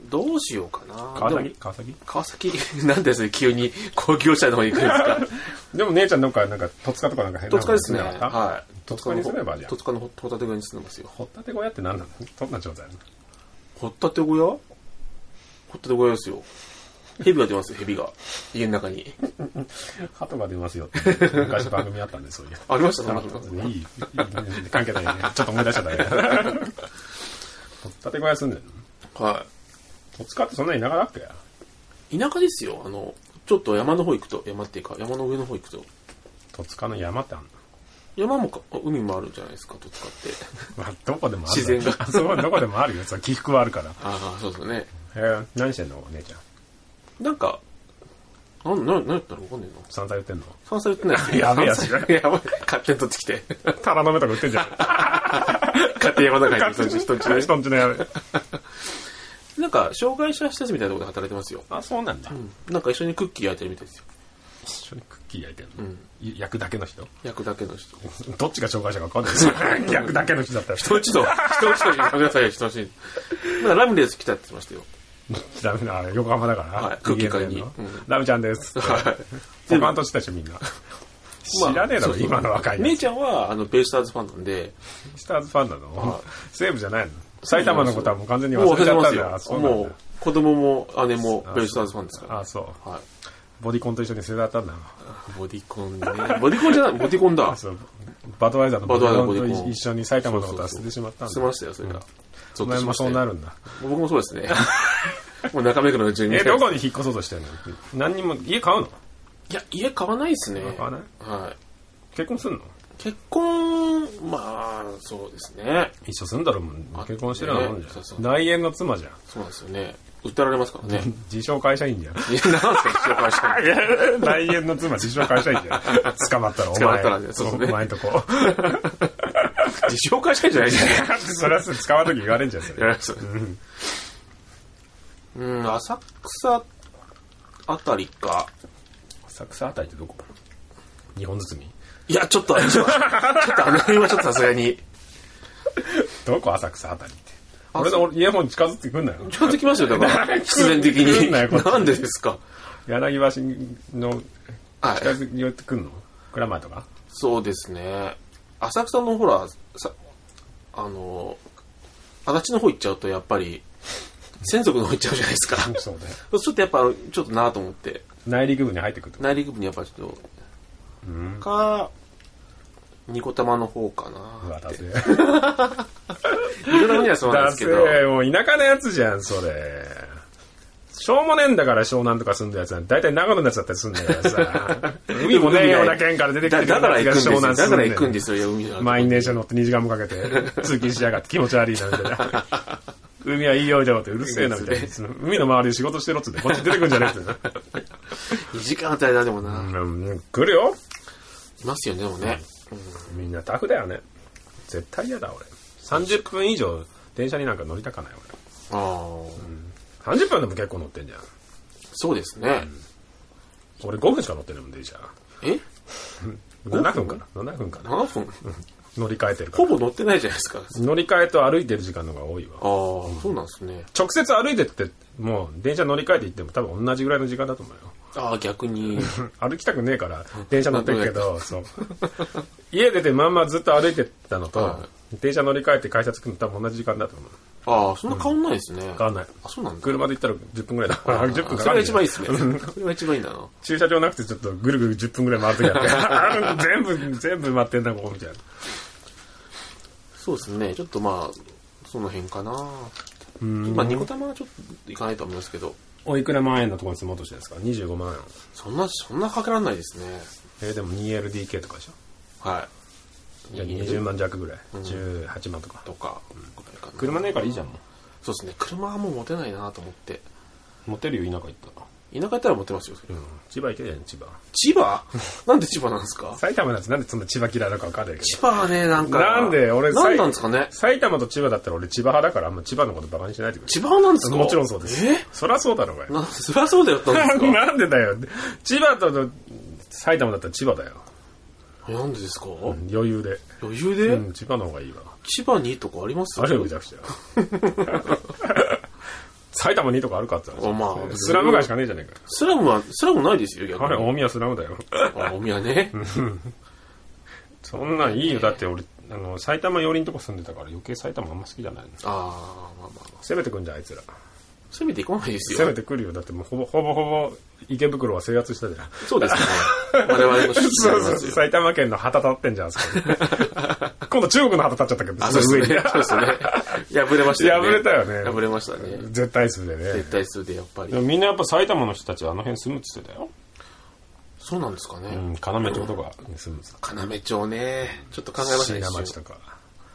どうしようかな。
川
で
崎
も
川崎
川崎 なんでですね、急に工業者の方に行くんですか。
でも姉ちゃんどっか、なんか、 戸塚とかなんか変な
戸
と
塚で
こに
す
住ん
ね。
でなかった
はい。
戸塚に住めばじゃん
戸。塚のほほったて小屋に住んでますよ。
ほったて小屋って何なのどんな状 態なの
ほったて小屋ほったて小屋ですよ。蛇が出ますよ、蛇が。家の中に。
鳩が出ますよって。昔番組あったんで、そういう。
ありました、そんなこと
いい、いい、関係ないね。ちょっと思い出しちゃったね。ほったて小屋住んでんの
は
戸塚ってそんなに田舎だっけ
い。田舎ですよ。あの、ちょっと山の方行くと、山っていうか、山の上の方行くと。
戸塚の山ってあんの
山もか、あ海もあるじゃないですか、戸塚って。
まあ、どこでもある
自
んだ
然が
あ そう、どこでもあるよ。そう起伏はあるから。
ああ、そうですね。
えー、何してんのお姉ちゃん。
なんか、なん、なん、なんやったらわかんねえな。
山菜売ってんの
山菜売ってないです
やべえやつ
山菜やばい。勝手に取って きて。
タラの芽とか売ってんじゃん。
勝手に山の中に人んち人んちね
人んちのやべ。
なんか、障害者施設みたいなところで働いてますよ。
あ、そうなんだ。
なんか一緒にクッキー焼いてるみたいですよ。
一緒にクッキー焼いてんの、焼くだけの人
焼くだけの人。
どっちが障害者か分かんないですよ 焼くだけの人だったら。
人んちの、人んちの人やめてくださいよ、人んち。まだラミレス来たって言ってましたよ。
ダメだ、横浜だから。
はいクッキー買いに
逃げてんの
う
ラムちゃんです。
はい。
ポカンとしたでしょ、みんな。知らねえだろ、
まあ
今の若いや
姉ちゃんは、あの、ベイスターズファンなんで、
つ。スターズファンなの
は
西武じゃないの埼玉のことはもう完全に
もう
忘れ
忘
ち
れ
ゃ
て
っ
ま
た
す
んだ。あそ
よ。
うなんだ
もう、子供も姉もベイスターズファンですか
あ、そう。
ら。はい。
ボディコンと一緒に世代だったんだな。
ボディコンね。 ボディコンじゃない、ボディコンだ。
あ
捨
そうバドワイザーの
バドワイザーのボディコン
ボディコンと一緒に埼玉のことは捨ててしまったんだ。
てましたよ、それが。ゾッと
お前
し
も
ました
そう
よ
なるんだ。
僕もそうですね。 もう中目黒の住人
え、どこに引っ越そうとしてるの何にも、家買うの
いや、家買わないですね。
買わない
はい。
結婚すんの
結婚、まあ、そうですね。
一緒すんだろ、もう。結婚してるようなもんじ
そうそ
ゃ。
うん
内縁の妻じゃん。
そうなんですよね。訴えられます からね。
自称会社 員じゃん。
いや、なんすか、紹介したい。
内縁の妻、自称会社員じゃん。捕まったら、お
捕まっ
前
たらねそうそうね
お前んとこ。
自紹介したいじゃないですか。
それはす捕まるとき言われんじゃん、そ
や
れ。
られますよねうん、浅草あたりか。
浅草あたりってどこ日本包み
いや、ちょっとあれし ます、ちょっとあの辺はちょっとさすがに。
どこ浅草あたりって。
あ
俺の俺家本近づいてくんなよ。
近づきますよ、だから。必然的
来
に。
んなよこっち
なんでですか。
柳橋の
は
近
い。
づ寄ってくんの蔵前とか
そうですね。浅草のほら、さあの、足立の方行っちゃうと、やっぱり、専属の方行っちゃうじゃない ですか。
そうだよ。
ちょっとやっぱ、ちょっとなぁと思って。
内陸部に入ってくると
内陸部にやっぱちょっと、か、ニコ玉の方か
う
な
わ、
っ
だ
て
せ。
ニコ玉にはそうなんで
だ
す
せ
けど、
え、もう田舎のやつじゃん、それ。しょうもねえんだから湘南とか住んだやつは、大体長野のやつだったりすんだから さ。海もねえような県から出てきて
だ
る
だから行くんです
やつが湘
よ。
南
だか
住んで
ら
ん
行くんですよ、海の中
満員電車乗って2時間もか けて通勤しやがって気持ち悪いなみたいな海はいいよいよってうるせえなみたいな海の周りで仕事してろっつってこっち出てくんじゃねえってな
2時間あたりだでもな、い
うん来るよ
ますよね、でもね。
みんなタフだよね絶対嫌だ俺30分以上電車になんか乗りたかない
ああ、
俺30分でも結構乗ってんじゃん
そうですね。
俺5分しか乗ってないもん電車
え
7分かな7分かな
?7 分
乗り換えてるか
ほ
ら
ぼ乗ってないじゃないですか。あ
乗り換えと歩いてる時間の方が多いわ
あ、そうなんですね。
直接歩いてってもう電車乗り換えて行っても多分同じぐらいの時間だと思うよ
ああ、逆 に。
歩きたくねえから電車乗ってるけ ど、そう。家出てまんまずっと歩いてたのと、
は
電車乗り換えて会社着くの多分同じ時間だと思う。
ああ、そんな変わんないですね。
変わんない。
あ、そうなんだ。
車で行ったら10分ぐらいだ。あ10分か
そ
か
れが
る。
一番いいですね。 それが一番いいんだな。
駐車場なくてちょっとぐるぐる10分ぐらい回ってや って全部、全部待ってんだ、ここみたいな。
そうですね。ちょっとまあ、その辺かな。まあ、ニコ玉はちょっといかないと思いますけど、
おいくら万円のところに住もうとしてるんですか ?25 万円。
そんな、そんなかけらんないですね。
えーでも 2LDK とかでしょ
はい。
じゃあ20万弱ぐらい。18万とか。
とか、ぐらいかな
車ねえからいいじゃん、も
そうですね。車はもう持てないなと思って。
う。持てるよ、田舎行ったら。
田舎やったら持てますよ、それ
うん。千葉行けじゃん、千葉。
千葉なんで千葉なんですか
埼玉のやつなんでそんな千葉嫌いなのかわかんないけど。
千葉はね、なんか。
なんで俺さ
なん
い
なんですかね
埼玉と千葉だったら俺千葉派だからあんま千葉のことバカにしないでくれ。
千葉なんですか
もちろんそうです。
え
そりゃそうだろ、お前。
な、そりゃそうだよったん ですか
なんでだよ。千葉との埼玉だったら千葉だよ。
なんでですか
余裕で。
余裕で
うん、千葉の方がいいわ。
千葉にいいとこあります
あるよ、めちゃくちゃ。 埼玉にいいとこあるかって話。
あまあ
スラム街しかねえじゃねえか
スラムは、スラムないですよ、
よ。あ
逆
れ、
に。
大宮スラムだよ。
あ、お宮ね。
そんなんいいよ。だって俺、あの、埼玉寄りのとこ住んでたから余計埼玉あんま好きじゃないの。
ああ、まあまあまあ。
攻めてくんじゃん、あいつら。
攻めていかないです
攻
よ。
めてくるよ。だってもうほぼほぼほぼ池袋は制圧したじゃん。
そうですね。我々の出身
そ
にな
う
り
そう
ますよ。
埼玉県の旗立ってんじゃん、あそこ今度中国の旗立っちゃったけど、
あ、そうですね。
そ
そう
の
ですね。破れましたよね。
破れたよね
破れましたね
上。に絶対数でね
絶。対数でやっぱ
で
り。
もみんなやっぱ埼玉の人たちはあの辺住むっつってたよ。
そうなんですかね。
うん、金目町とかに住むっつって
要町ね。ちょっと考えま
た。
した
椎
ね。
名
一
町
瞬
とか、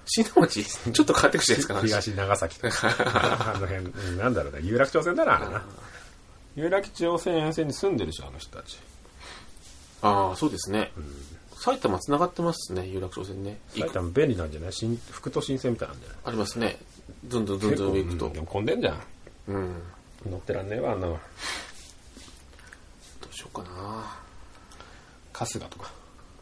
新田町ちょっと変わってくじゃないですか。話
東長崎とか、あの辺、うんなんだろうな、有楽町線だな。有楽町線沿線に住んでるし、あの人たち。
ああ、そうですね。埼玉繋がってますね、有楽町線ね。行
埼
く
玉便利なんじゃない新副都心線みたいなんじゃない
ありますね。どんどんどんどん上行く
うん
と
で。も混んでんじゃん。
うん。
乗ってらんねえわ、あんなの
どうしようかな。
春日とか。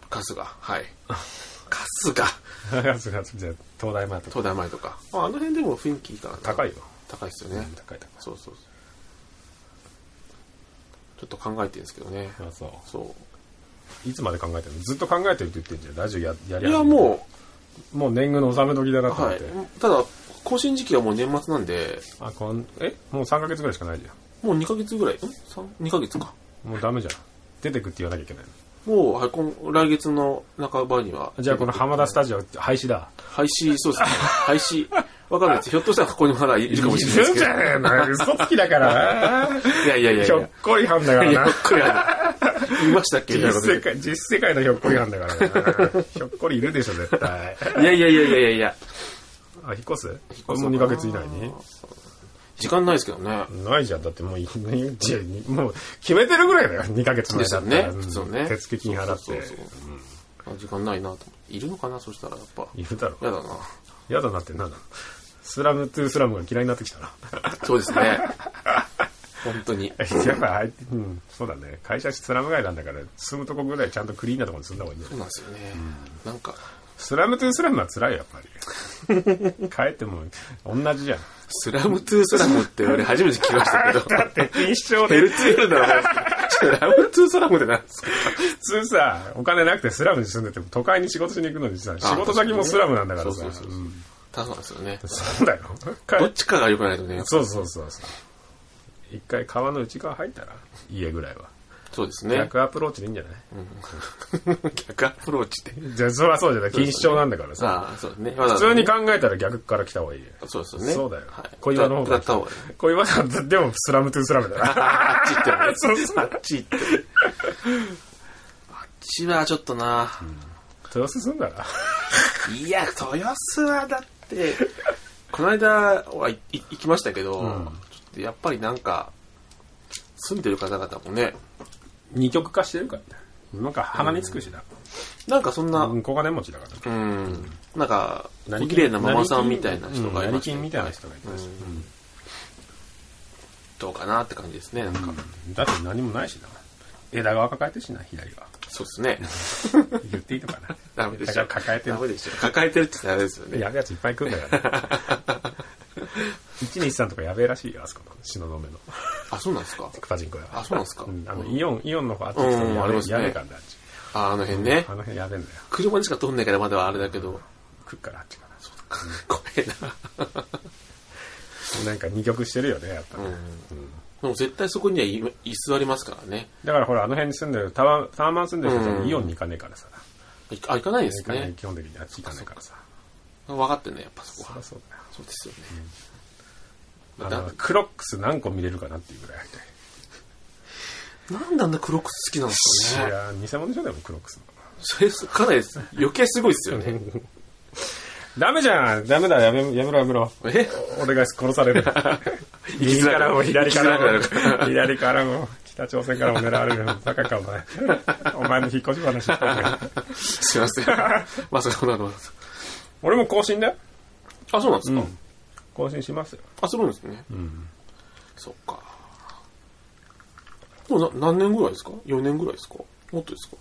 春日。はい。春日。
春日、じゃあ東大前とか。
東大前とか。ああの辺でも雰囲気いいかな。
高いよ。
高いですよね。
高い高
そうそうそう。ちょっと考えてるんですけどね。
い。あ、そう。
そ
いつまで考えてるのずっと考えてるって言ってんじゃん。ラジオやや
う。
り
いや、も
う。もう年貢の納め時だな
う、
と思
は
って。
い。ただ、更新時期はもう年末なんで、
あ、こん、えもう3ヶ月ぐらいしかないじゃ
もう2ヶ月ぐらい、ん ?2 ヶ月か。
ん。もうダメじゃん。出てくって言わなきゃいけないの。
もう、はい、今来月の半ばには。
じゃあこの浜田スタジオ廃止だ。
廃止、そう ですね。廃止。わかんないです。ひょっとしたらここにまだいるかもしれないですけど。
いるんじゃねえの嘘つきだからな。
いやいやいやい
ひょっ
や。
こりはんだか
いや、ひょ
らな
っ。こりは ん言いましたっけみたい
実
なこと
世界、実世界のひょっこりはんだからな。ひょっこりいるでしょ、絶対。
いやいやいやいやいやいや。
あ、引っ越すこれもう2ヶ月以内に
時間ないですけどね。
ないじゃん。だってもうい、いやもう決めてるぐらいだよ。2ヶ月前だった
で
ら。
すよねそうね
手付金払って。
そうそうそうあ時間ないなと思って。いるのかなそしたらやっぱ。
言うだろ。
やだな。
やだなってなんだスラムトゥースラムが嫌いになってき たな。
そうですね。本当に。
やっぱ、うん、そうだね。会社スラム街なんだから、住むとこぐらいちゃんとクリーンなとこに住んだ方がいいんだ
そうな
よ。
んですよね。なんか、
スラムトゥースラムは辛いよ、やっぱ り。帰っても、同じじゃん。
スラムトゥースラムって俺初めて聞きましたけ ど。
って、印象
ヘルツェルだろ。スラムトゥースラムってなんですか
普通さ、お金なくてスラムに住んでても、都会に仕事しに行くのにさ、仕事先もスラムなんだからさ。
そうそうそう
うん
そうなんですよね。
そうだよ。
どっちかが良くないとね。
そうそうそうそう。一回川の内側入ったら、家ぐらいは。
そうですね。
逆アプローチでいいんじゃない
逆アプローチって。
じゃあ、それはそうじゃない。禁止症なんだからさ。
さあ、そうね。まだ
普通に考えたら逆から来た方がいいよ。
そうですよね。
そうだよ
はい。
小岩の方
だ
が
った方がいい。
こういうわけだでも、スラムトゥースラムだ な。
ああっち行ってね。
そうそう
あっち行って。あっちはちょっとな。
豊洲すんだな。
いや、豊洲はだって、この間はいい行きましたけど、
ん
ちょっとやっぱりなんか、住んでる方々もね、
二極化してるからね。なんか鼻につくしな。
なんかそんな、う、
うんん、小金持ちだから。
なんか、
何
綺麗なママさんみたいな人がいました
うん成金みたいな人がいました
うんどうかなって感じですね、なんか。
だって何もないしな。枝側抱えてるしな、左は。
そうですね。
言っていいのかな。
ダメでしょ。
抱えてる
ダメでしょ。抱えてるって言ったらあれですよね。
やべえやついっぱい来るんだから。123とかやべえらしいよ、あそこの東雲の
あ、そうなんですか。
パチンコ屋は
あ、そうなんですか。
うんあの、
うん
イオン、イオンの方あっち
うん
行くと
あ
や
り
べ
ますね
え、やべえからね、あっち。
ああの辺ね
あ。の辺やべえんだよ。
車でしか通んないからまだあれだけ ど、
来るから、あっちか
怖えな。
ら。なんか二極してるよね、やっぱね。
でも絶対そこにはい居座りますからね。
だからほら、あの辺に住んでる、タワー、タワマン住んでる人た
うん
ちイオンに行かねえからさ。
いあ、行かないで
行
す
かない
ね。
基本的にあっち行かないからさ。
分かってんね、やっぱそこ
そ
は
りゃ。そうだよ。
そうですよね。
あ
な
の、クロックス何個見れるかなっていうぐらい。
なんであんな黒く好きなんです
い
かね。
や、偽物でしょ、でもクロックスの。
それ、かなりです余計すごいですよね。
ダメじゃんダメだ、やめ、やめろやめろ。
え
俺が殺さ れる。右からも左から
行きづらくなる
も、左からも、北朝鮮からも狙われるよ。バカか、お前。お前の引っ越し話したのか
すい ません。まさかなの。
俺も更新だよ。
あ、そうなんですか。
更新しますよ。
あ、するんですね。そっか。もうな何年ぐらいですか ?4 年ぐらいですかもっとですか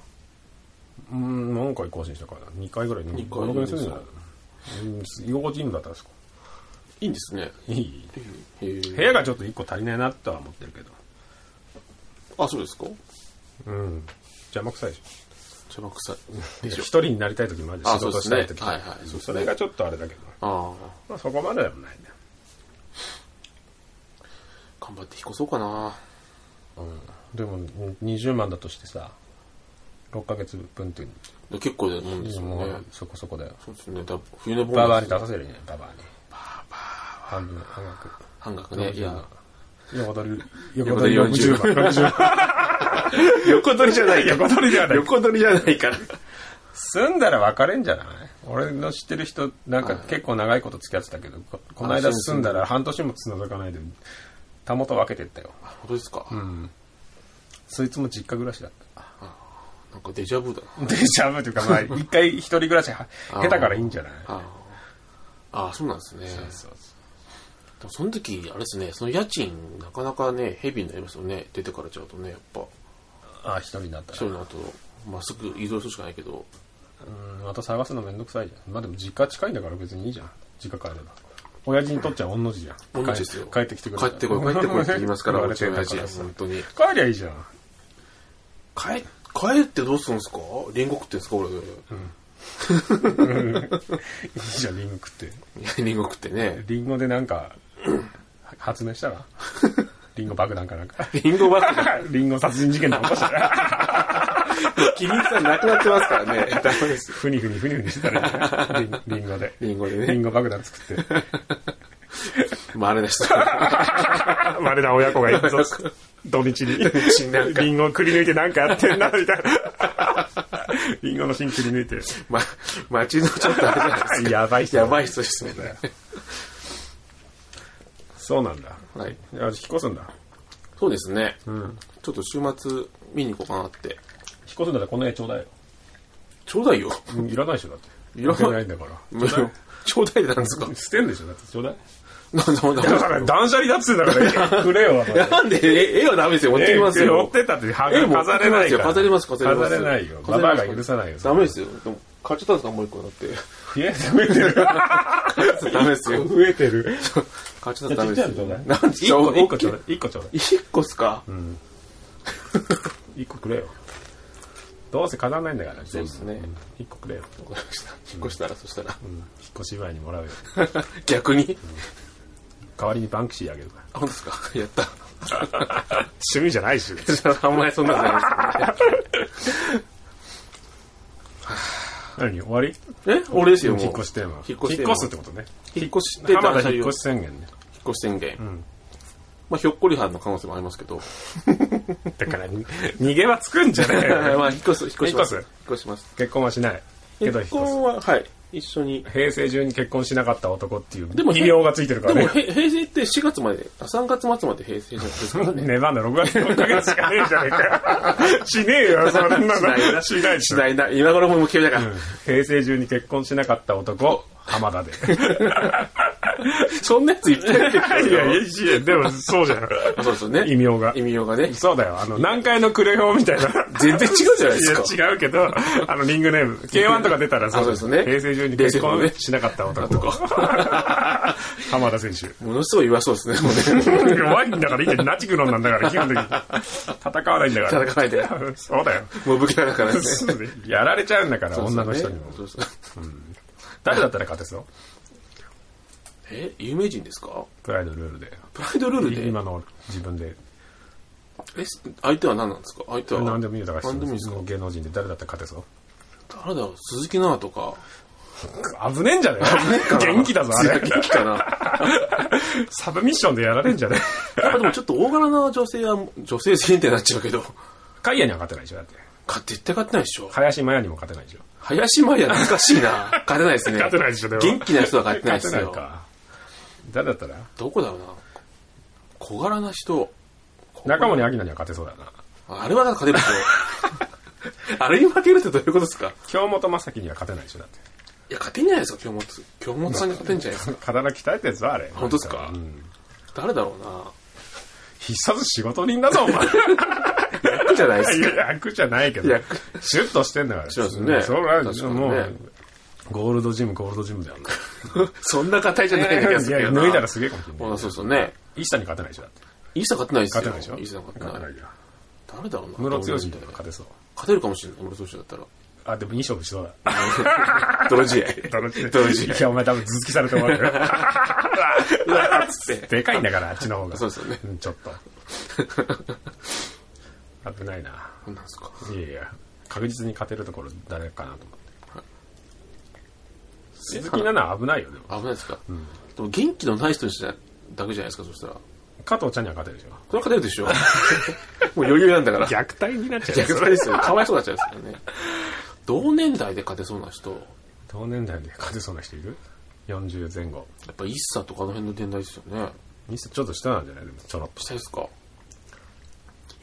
うん、何回更新したかな。2回ぐらい、
二
2
回
回ぐらいするんじゃないうん、居心地いいんだったらですか。
いいんですね。
いい
へー
部屋がちょっと1個足りないなとは思ってるけど。
あ、そうですか
うん。邪魔くさいでしょ。
邪魔くさい。でしょ
一人になりたい時もあるでし
あ
仕事したい
そうで
時
すねはいはい
そうそれがちょっとあれだけど。
ああ。
まあそこまででもないね。
頑張って引っ越そうかな。
でも20万だとしてさ6ヶ月分っていう
で結構なもんですよ
も
ね
う。そこそこだよ
そうですね。だ冬のボ
ババアに
ー
出
ナス
させるねババアに半分半額
半額ね。いや、
横取り
横
横
取
取
り
り
40
40万60万
横取りじゃない。横取りじゃ
ない
横取りじゃないから。
住んだら別れんじゃない俺の知ってる人なんか結構長いこと付き合ってたけどここの間住んだら半年もつながかないでたもと分けてったよ
本当ですか、
うんそいつも実家暮らしだった
なんかデジャブだな。
デジャブというか まあ一回一人暮らしは下手からいいんじゃない
ああああ、そうなんですね。
そうそう
でもその時、あれですね、その家賃、なかなかね、ヘビーになりますよね。出てからちゃうとね、やっぱ。
あ一人になったら
一人の後、まあ、すぐ移動するしかないけど。
うんまた探すのめんどくさいじゃんまあでも実家近いんだから別にいいじゃん実家帰れば親父にとっちゃ御の字じゃん
同じですよ。
帰帰ってきてくれ
帰ってこい、帰ってこいって言います から、うちの
帰
親父。本当に。
帰りゃいいじゃん
帰、帰ってどうするんですかリンゴ食ってんですか俺。
いいじゃんリンゴ食って
リンゴ食ってね。
リンゴでなんか 発明 したらリンゴ爆弾かなんか
リンゴバッグが、
リンゴ殺人事件で起こしたら
キリンさんなくなってますからね。ダメです。
ふにふにふにふにしてたらいいじゃんリンリンゴで
リンゴでね
リンゴ爆弾作って
回れなした。
我ら親子が いるぞ土日に
日になんか
リンゴをくり抜いてなんかやってんなみたいな リンゴの芯くり抜いて
ま、街のちょっとあれじゃないですか。
やばい人だ
やばい人ですね。
そうなんだ。
はい。
いや引っ越すんだ。
そうですね。
ん
ちょっと週末見に行こうかなって。
引っ越すんだらこの絵ちょうだいよ。
ちょうだいよ。
いらないでしょ、だって。
いらない
関係んだから。
無料。 ちょうだいなんですか
捨てんでしょ、だってちょうだい。
なんだなんだ
だから断捨離だっつうんだから、 くれよ、 お前
なんで、え絵はダメですよ。持ってきます
え持
よ
っ。てったって、は
絵も
飾れないから。
飾れます、飾れます。
飾れないよ。
飾
バ
れ
バ
ま
ア
す
が許さないよ。
ダメですよ。でも、買っちゃったんですかもう一個だって。
増え増えて る。
ダメですよ。
増えてる。
買っちゃったらダメで
ちっ
す
ちゃ
よ。
いのちょうだ い
なんで
一個、一個ちょうだい。一個ちょうだい。
一個っすか、
一個くれよ。どうせ飾らないんだから、
そう
全
で
部
す。ね。
一個くれよ。
わかりました。引っ越したら、そしたら。
引っ越し祝いにもらうよ。
逆に
代わりにバンクシーあげるか
本
ら。
当ですかやった。
趣味じゃないし。
あんまりそんなことないです
何終わり
けどね。え俺ですよ、もう。
引っ越しテーマ。
引っ越しテー
引
マ
っ越すってことね。
引っ越しって
浜
断
田
捨離
引っ
を
越し宣言ね。
引っ越し宣言。まあ、ひょっこりはんの可能性もありますけど。
だから、に逃げはつくんじゃねえよ
まあ、引っ越す、引っ越します。
引
引
っ
っ
越
越します。
結婚はしない。けど引
結
っ越す
婚。は、はい。一緒に。
平成中に結婚しなかった男っていう
でも
異名がついてるか
で
ら
も、
ね。
へ平成って4月まで、あ、3月末まで平成じゃないです からね。
ねばんだ6月の6ヶ月しかねえじゃねえか。 しねえよ、そんなの。
しないな
しないし
時
な
代
い。
だ。今頃も無形だから。
平成中に結婚しなかった男、浜田で。
そんなやついっぱい いるけど
いや、いいや、でもそうじゃん。
あそうですよね。
異名が
異名がね。
そうだよ、あの、南海のクレヨンみたいな。
全然違うじゃないですか。
いや違うけど、あの、リングネーム。K1 とか出たら
あそうですね
平成中に結
冷静
婚
にね
しなかった男。 浜田選手。
ものすごい弱そうですね、もうね。
弱いんだから、いいんだよナチクロンなんだから、基本的に。戦わないんだから。
戦わないで。
そうだよ。
もう武器だから ね。
やられちゃうんだから、女の人にも。
そうそう
誰だったら勝てそう
え、有名人ですか
プライドルールで。
プライドルールで。
今の自分で。
え、相手は何なんですか相手は。
何でもいいよ、だから
何でもいいです
質
か
問芸能人で誰だったら勝てそう
誰だろう鈴木奈々とか。
危ねえんじゃねえ元気だぞ、あ
いや
れ。
元気かな。 や
サブミッションでやられんじゃね
っぱでもちょっと大柄な女性は、女性選定になっちゃうけど。
カイヤには勝てないでしょ、だって。
か、絶対勝てないでしょ。
林真也にも勝てないでしょ。
林マリア難しいな。勝てないですね。
勝てないでしょでも
元気な人は勝てないです
勝てない
よ。
か。誰だったら
どこだろうな。小柄な人。
中森明菜には勝てそうだな。
あれは勝てるでしょ。 あれに負けるってどういうことですか
京本正樹には勝てないでしょ、だって。
いや、勝てんじゃないですか、京本。京本さんに勝てんじゃないですか。
体鍛えてるぞ、あれ。
本当ですか
うん
誰だろう な。
必殺仕事人だぞ、お前。
役じゃないです
い
か。
や、楽じゃないけど
役。
シュッとしてんだから。
そうですね
そうなん
確かにね
もう、ゴールドジム、ゴールドジムだよ。
そんな硬いじゃない気がす
い
るけ
や、
どな。
脱いだらすげえかもしれない
あ。そうそうね。
イシタに勝てないでしょ、だって。
イーサ勝てないですよ。
勝てないでしょ
イーサ勝て
勝て
な
ない
い。
よ。
誰だろうな。
ムロツヨシ
み
に
たいな。
勝てそう。
勝てるかもしれない、ムロツヨシだったら。
あ、でもいい勝負しそうだ。
泥仕合。 泥仕合。
いや、お前多分続きされて終わ るよ。
うわっつって。
でかいんだから、あっちの方が。
そうですよね
ん、ちょっと。危ないな。
なんですか。
いやいや、確実に勝てるところ誰かなと思って。鈴木奈々は危ないよ、でも。
危ないですか。でも元気のない人じゃだけじゃないですか、そしたら。
加藤ちゃんには勝てるでしょ。
それは勝てるでしょ。 もう余裕なんだから。
虐待になっちゃうよ。
逆にですよ。かわいそうになっちゃうんですからね。同年代で勝てそうな人、や
同年代で勝てそうな人いる ?40 前後。
っぱイッサとかあの辺の年代ですよね。
ミスちょっと下なんじゃないでもちょろっとし
下
て。
ですか。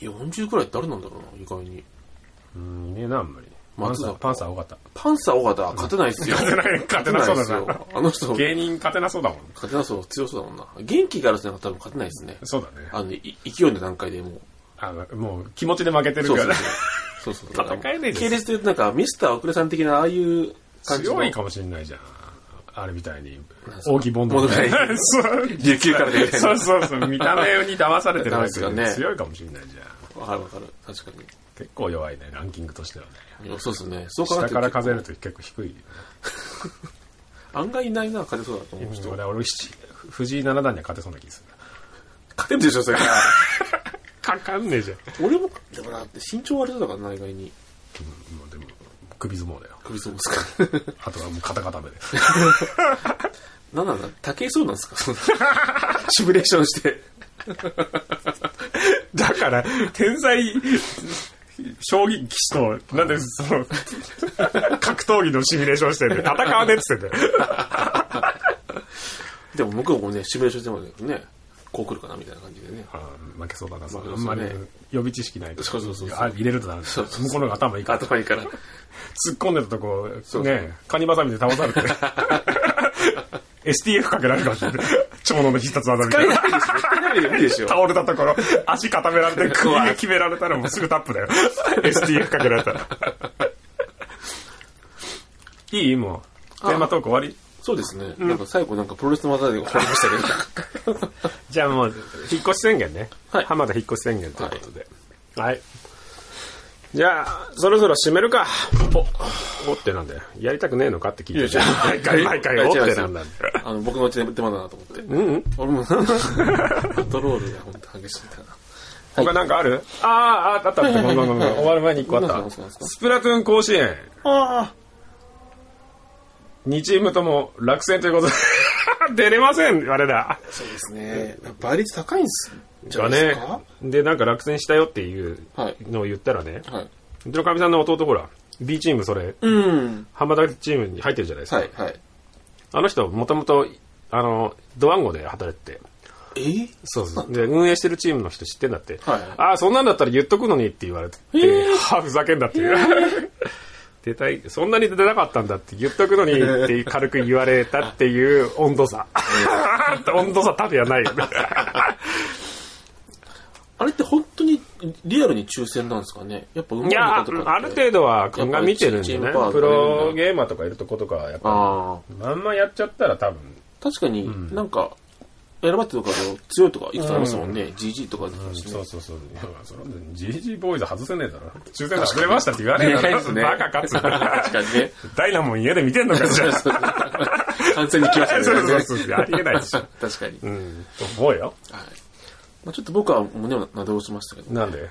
40くらいって誰なんだろうな、意外に。
うん、いねえな、あんまり。パン
松
サ
坂
ー、パンサー多かった。
パンサー尾形勝 てないですよ。
勝てない勝てなそうだ
勝てない
な
ですよあの人、勝
芸人勝てなそうだもん。
てなそう、強そうだもんな。元気がある人なんか多分勝てないですね。
そうだね。
あの、い勢いの段階でもう。
あの、もう気持ちで負けてる
そう
か
そう
ら。
そう。そうそう
戦えねえです
系列で言うとなんか、ミスター遅れさん的なああいう感じの。
強いかもしれないじゃん。あれみたいに
す。か
大きいボンドみたい
ボンドみ
な。そう
琉球からでみたいな
そうそうそう。見た目に騙されてるわ
騙
け
されて るね
強いかもしれないじゃん。
わかるわかる。確か
結構弱いね、ランキングとしてはね。
に。いやそうですね。そう考え
下
て
から数え
る
ると結構低い。
と。案外いないな、勝てそうだと思う
ちょっ
人
と。俺、俺、七藤井七段には勝てそうな気がする。
勝てるでしょ、そ れ。
かかんねえじゃん。
俺も、でもな、身長割れそうだからな、意外に。
もうでも、首相撲だよ。
首相撲ですか。
あとはもう肩固めで。
なんなんだ竹井そうなんですかそ んなシミュレーション して。
だから、天才、将棋棋士と、なんで、その、格闘技のシミュレーションしてるんで、戦わねえっつってんだよ。
でも向こうもね、シミュレーションしてますけどね、こう来るかなみたいな感じでね。
負けそうだな、それ
ま
あ
あ
んまり
そうね
予備知識ないと。
そうそうそうそう
あ入れるとなるんだ
そうそうそう
向こうの方が頭いいから。
頭いいから。
突っ込んでたとこ、
そう
ね、カニバサミで倒 されて。STF かけられるかもしれ ない。超能の必殺技みたいな。
いいでし ょ。
倒れたところ、足固められて、首
怖い
が決められたらもうすぐタップ だよ。STF かけられたら。いいもう。テーマトーク終わり
そうですね。なんか最後なんかプロレスの技で終わりましたけど。
じゃあもう、引っ越し宣言ね。
はい
浜田引っ越し宣言ということで。はい。じゃあ、そろそろ締めるか。お、おってなんだよ。やりたくねえのかって聞いてる。毎回毎 回おってなんだよ。
あの、僕のうちで手間だなと思って。
うんうん。
俺も、パトロールが本当激しいんだな。
他なんかあるああ、ああったあった。ごめんごめんごめん。 終わる前に一個あ
なん
っ
ですかなんです
た。
か
スプラトゥーン甲子園。
あ
2チームとも落選ということで。 出れません、あれだ。
あ、そうですね。倍率高いんすじゃ
が
ないです
ね
か、。
で、なんか落選したよっていう
はい。
のを言ったらね、
はい。
うちのかみさんの弟ほら、B チームそれ、
うん。
浜田チームに入ってるじゃないですか。
はい、はい。
あの人、もともと、あの、ドワンゴで働いてて、
え
そうそう。で、運営してるチームの人知ってんだって。
はい
ああ、そんなんだったら言っとくのにって言われて、はあ、ふざけんなっていう。出たい、そんなに出てなかったんだって言っとくのにって軽く言われたっていう温度差。温度差たぶやないよ ね。
あれって本当にリアルに抽選なんですかねやっぱ運い
いや、
方
あ
とかって
る程度は鑑みてるんで
や
ね
っぱ。一チ
プ
ームパートナー
ロゲーマーとかいるとことかはやっぱ、
ああ。
まんまやっちゃったら多分、
確かになんか、選ばれてる方強いとかいくつかありますもんね。GG とかでもし
そ
ね
う。そうそう。いやまあそれは GG ボーイズ外せねえだろ。抽選外れましたって言わねえだろ。 バカ勝つ。
確かにね。
ダイナモン家で見てんのかじゃあ。
完全に来ましたね。
そうそうそうそうありえないでしょ
確かに。
うん、と思うよ。
はい。まあちょっと僕は胸をなで下ろしましたけど、
なんで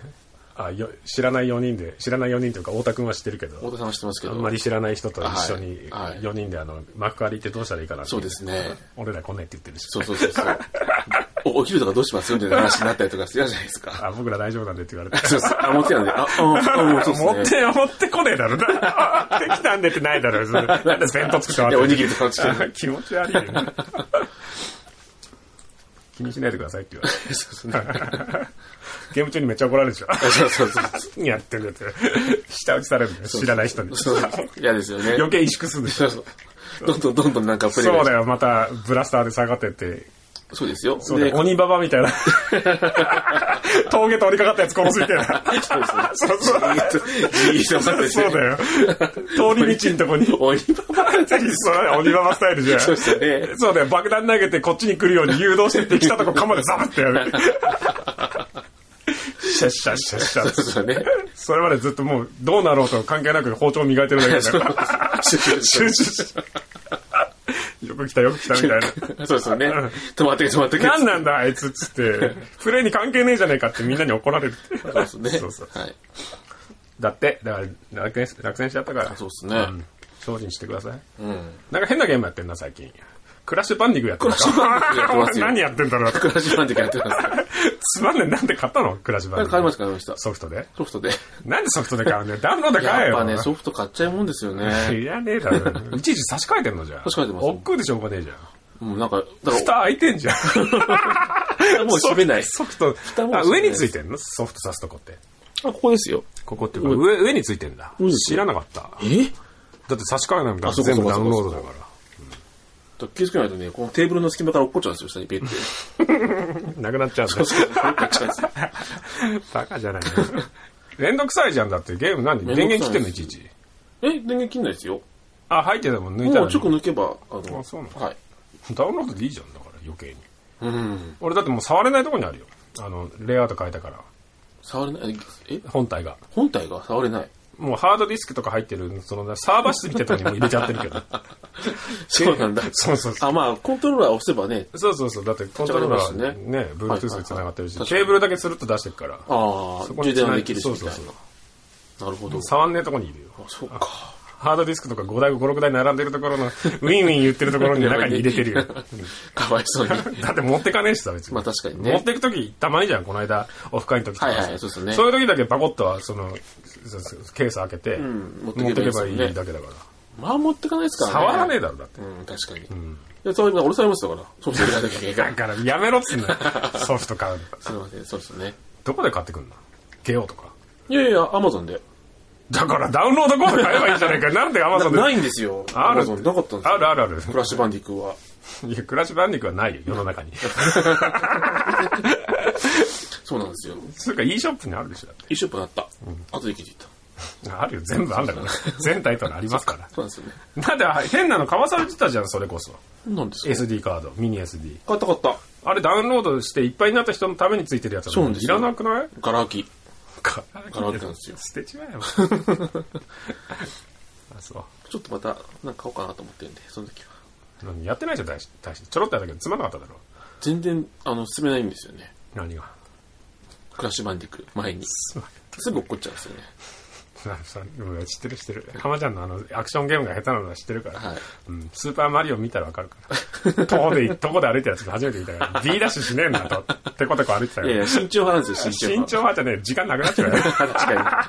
あよ知らない4人で、知らない4人というか、太田君は知ってるけ
太
ど、
田さんは知ってますけ
あ
ど、
んまり知らない人と一緒に
はいはい
4人であの幕張行ってどうしたらいいかなって
そうですね。
俺ら来ないって言ってるし。
そうそうそうそう。おお昼とかどうしますみたいな話になったりとかするじゃないですか。
あ僕ら大丈夫なんでって言われて。
そうそう。あ、持ってたんで。あ、あ、もうそう
持っ
ですね。
て、持ってこねえだろ。な持ってき たんでってないだろ。それなん で弁当作ってもらって
いやおにぎりとか作って
あ 気持ち悪いよね。気にしないでくださいって言われて。
そうそうね。
ゲーム中にめっちゃ怒られるでしょ。
そうそうそう。
何やってんだって。下打ちされるんだよ。知らない人に。
そうそう嫌ですよね。
余計萎縮するでし
そ
ょ。
うそう。どんどんどんどんなんかプレイが
そうだよ。また、ブラスターで下がってって。
そうですよ。
そうだ
で
よ。鬼ババみたいな。 峠通りかかったやつ殺すみたいな。
そうですね。
そうそう。
じーっと刺されて。
そうだよ。通り道の とこに。
鬼
ババぜひ、そうだよ。鬼ババスタイルじゃん。
そうですよね。
そうだよ。爆弾投げてこっちに来るように誘導してって来たとこ鎌でザブって やる。シャッシャッシャッシャッ
そうそうね。
それまでずっともうどうなろうと関係なく包丁磨いてるだけだから。
そうそう
集中しよく来たよく来たみた い
そうそうね。止まって止まって
な。 何なんだあいつっつって、プレイに関係ねえじゃねえかってみんなに怒られるって。
そうですね。
そうそう
はい。
だって、だから落選落選しちゃったから
そう、ですね。
精進してください。
うん。
なんか変なゲームやってんな、最近。クラッシュバンディングやってる
クラッシュバンディングやってますよ
何やってんだろう
クラシバンディックやってます。
つまんねえなんで買ったのクラッシュバンディング。
買いました、買いました。
ソフトで
ソフトで。
なんでソフトで買うねダウンロードで買え
やっ
よ。
ぱね、ソフト買っちゃうもんですよ ね。
いらねえだろ。いちいち差し替えてんのじゃん。
差し替えてます
おっくうでしょうがねえじゃん。
もうなんか、だ
蓋開いてんじゃん。
ら、もう閉めない。
ソフト、
蓋も
あ
閉め
上
ない
についてんのソフト刺すとこって。
あ、ここですよ。
ここっていうか、上、上についてんだ
上に。つい
知らなかった。だ
え
って差し替えなんだ
あそうか
全
そう
部
か
ダウンロードだから。
気をつけないとね、このテーブルの隙間から落っこっちゃうんですよ、下に ペッて。
なくなっちゃうんだよ。
落っこっちゃうんですよ。
バカじゃないの。めんどくさいじゃんだって。ゲーム何
めんどくさ
電
い
源切ってんのいちいち。
え、電源切んないですよ。
あ、入ってたもん抜いた
もう
の
直
に。
抜けば、あの、
あそうなの
はい。
ダウンロードでいいじゃんだから、余計に。
うん。
俺だってもう触れないとこにあるよ。あの、レイアウト変えたから。
触れない、え、
本体が。
本体が触れない。
もうハードディスクとか入ってる、そのサーバー室みたいなとこにも入れちゃってる けど。
そうなんだ。
そうそうそう。
あ、まあ、コントローラー押せばね。
そうそうそう。だってコントローラーはね、
めっちゃあります
Bluetooth
ね
に繋がってるし、
はいはいはい確かに
ケーブルだけスルッと出してるから。
あ
そ
あ、
こに
充電はできるし、
そう
みた
そ
いうな
そう。
なるほど。
触んねえとこにいるよ。
そうか。
ハードディスクとか5台、5、6台並んでるところの、ウィンウィン言ってるところに中に入れてるよ。
かわい そうに。
だって持ってかねえしさ、別に。
まあ確かにね
持ってくとき、たまにじゃん、この間、オフ会のときとかさ
はいはいそうですね
そういうときだけパコッとは、その、そそケース開けて、
ん
持
持
っ
っててけ
けれ
れ
ば
ば
い
い
い
い
だ
ですよね
けだから。
まあ持ってかないですからね。
触らねえだろ、だって。
うん、確かに。で、そういうの、俺触りますよ、だから。そうそう、だ け
だから、やめろっつうんだよ。ソフト買うの。
すいません、そうですね。
どこで買ってくんのゲオとか。
いやいや、アマゾンで。
だから、ダウンロードコード買えばいいじゃないか。なんでアマゾンで。
ないんですよ。
あ
ア
る
マゾンなかったんです
あ
よ。
るあるある。
クラッシュバンディックは。
いや、クラッシュバンディックはないよ、世 の中に。
そうなんですよ。
それか、e ショップにあるでしょ、だっ
一週間なった。あとで気づいた。
て。あるよ、全部あるんだから。全タイトルありますから。
そうなんですよね。
だってあれ、変なの買わされてたじゃん、それこそ。
なんですか
SD カード、ミニ SD。
買った買った。
あれダウンロードしていっぱいになった人のためについてるやつ
そうな
なの
ん
に
で
い
す
ら
よ
なくない
ガラ空き。
か。
カラオケなんですよ
捨てちまえよ。 あ、そう。
ちょっとまた、なんか買おうかなと思ってるんで、その時は。
何やってないじゃん、大し大して。ちょろっとやったけど、つまんなかっただろ。
全然、あの、進めないんですよね。
何が。
クラッシュバンディク、前に。す
つまん
ぐ落っこっちゃうんですよね。
なそれうん知ってる知ってる。浜ちゃんのあの、アクションゲームが下手なのは知ってるから。
はい
うん、スーパーマリオ見たらわかるから。徒歩で、徒歩で歩いてる やつ初めて見たから、B ダッシュしねえんだと、テコテコ歩いてたか
いやい
ら。
や、慎重派なんですよ、慎重
身
派。
長はじゃねえ、時間なくなっちゃう よ。
確か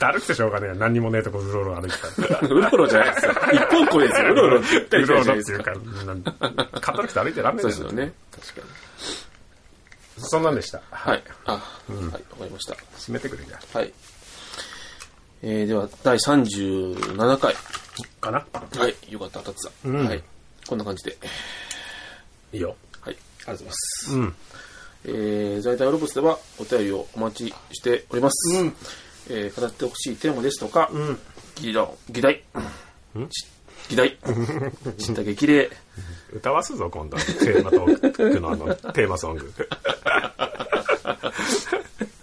だるくてしょうがねえよ。何にもねえとこうろうろ歩いてたら。
に。うろうろじゃないですよ。一本子ですよ。うろうろって言った
う
りしない
ろ
うじゃない
ろっ
で
て
す
いう
か。
か、なんかたるくて歩いてらんね
そうで
えだろ
すよね。確かに。
そんなんでした。
はい。あ、はい、わかりました。
閉めてくれじゃん
はい。えー、では、第37回。
かな
はい。よかった、当たってた。
ん
はい。こんな感じで。
いいよ。
はい。ありがとうございます。
うん。
えー、在宅ロボスではお便りをお待ちしております。
うん
えー、語ってほしいテーマですとか、
ん
議論、議題、ち議題、 知った激励、
歌わすぞ、今度。テーマトークのあの、テーマソング。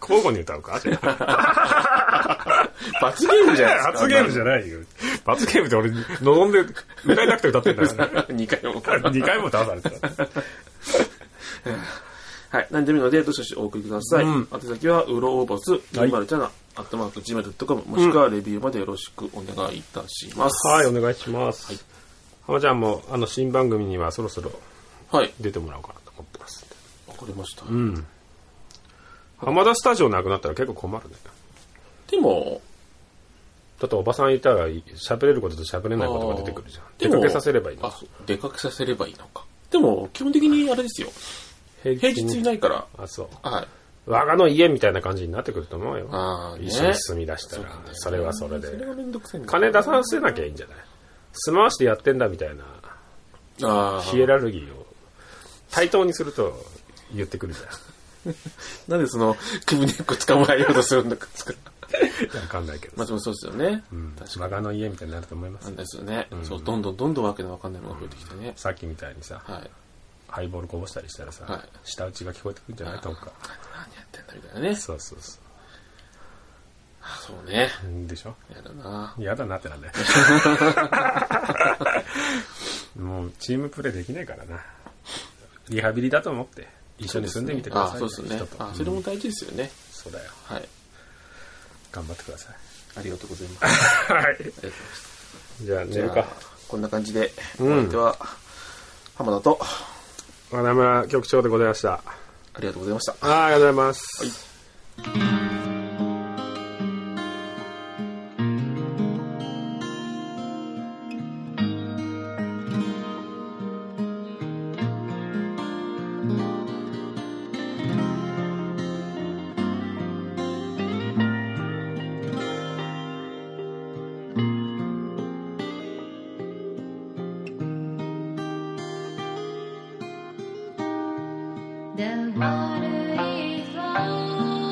交互に歌うかじゃ あ
罰ゲームじゃないですか。
罰ゲームじゃないよ。罰ゲームって俺、望んで、歌いたくて歌ってんだからね。
2回も。
2回も歌わされてた。
はい。何でもいいので、どしどしお送りください。
うん
宛先は、うろおぼす、
はい
2 0ちゃな、アットマーク、gmail.com、もしくはレビューまでよろしくお願いいたします。
はい、お願いします。浜ちゃんも、あの、新番組にはそろそろ
はい。
出てもらおうかなと思ってますんで。
わかりました。
うん。浜田スタジオなくなったら結構困るね。
でも、
だっておばさんいたら喋れることと喋れないことが出てくるじゃん
あ。ー
出かけさせればいい
でも
の
あ。そう出かけさせればいいのか。でも、基本的にあれですよ。
平
平日いないから。
あ、そう。
はい。
我がの家みたいな感じになってくると思うよ。
ああね
一緒に住み出したら、それはそれで。
それがめんどくさいんだ
金出させなきゃいいんじゃない住まわしてやってんだみたいな
あ
ヒエ
あ。
ラルギーを対等にすると言ってくるじ
なんでその、首根っこ捕まえようとするんだか。
ゃん。 わかんないけど。
まあでもそうですよね。確か
我がの家みたいになると思いま
な
す
ん。ですよね。そう、どんどんどんどんわけのわかんないものが増えてきてね。
さっきみたいにさ、
はい。
ハイボールこぼしたりしたら
はい
さ、舌打ちが聞こえてくるんじゃないとか。
何やってんだみたいなね。
そうそうそ
そうね。
う。うんでしょ
やだな。
嫌だなってな んだよ。もうチームプレーできないからな。リハビリだと思って、一緒に住んでみてください
あ、そうですね
人と。
あ、それも大事ですよね。
そうだよ。
はい。
頑張ってください。
ありがとうございます。
はい。
ありがとうございます
じゃあ寝
じゃ
る
あ
か。
こんな感じで、
ん
お相手は、浜田と、
和田村局長でございました。
ありがとうございました。
あーありがとうございます。
はい
The water is warm.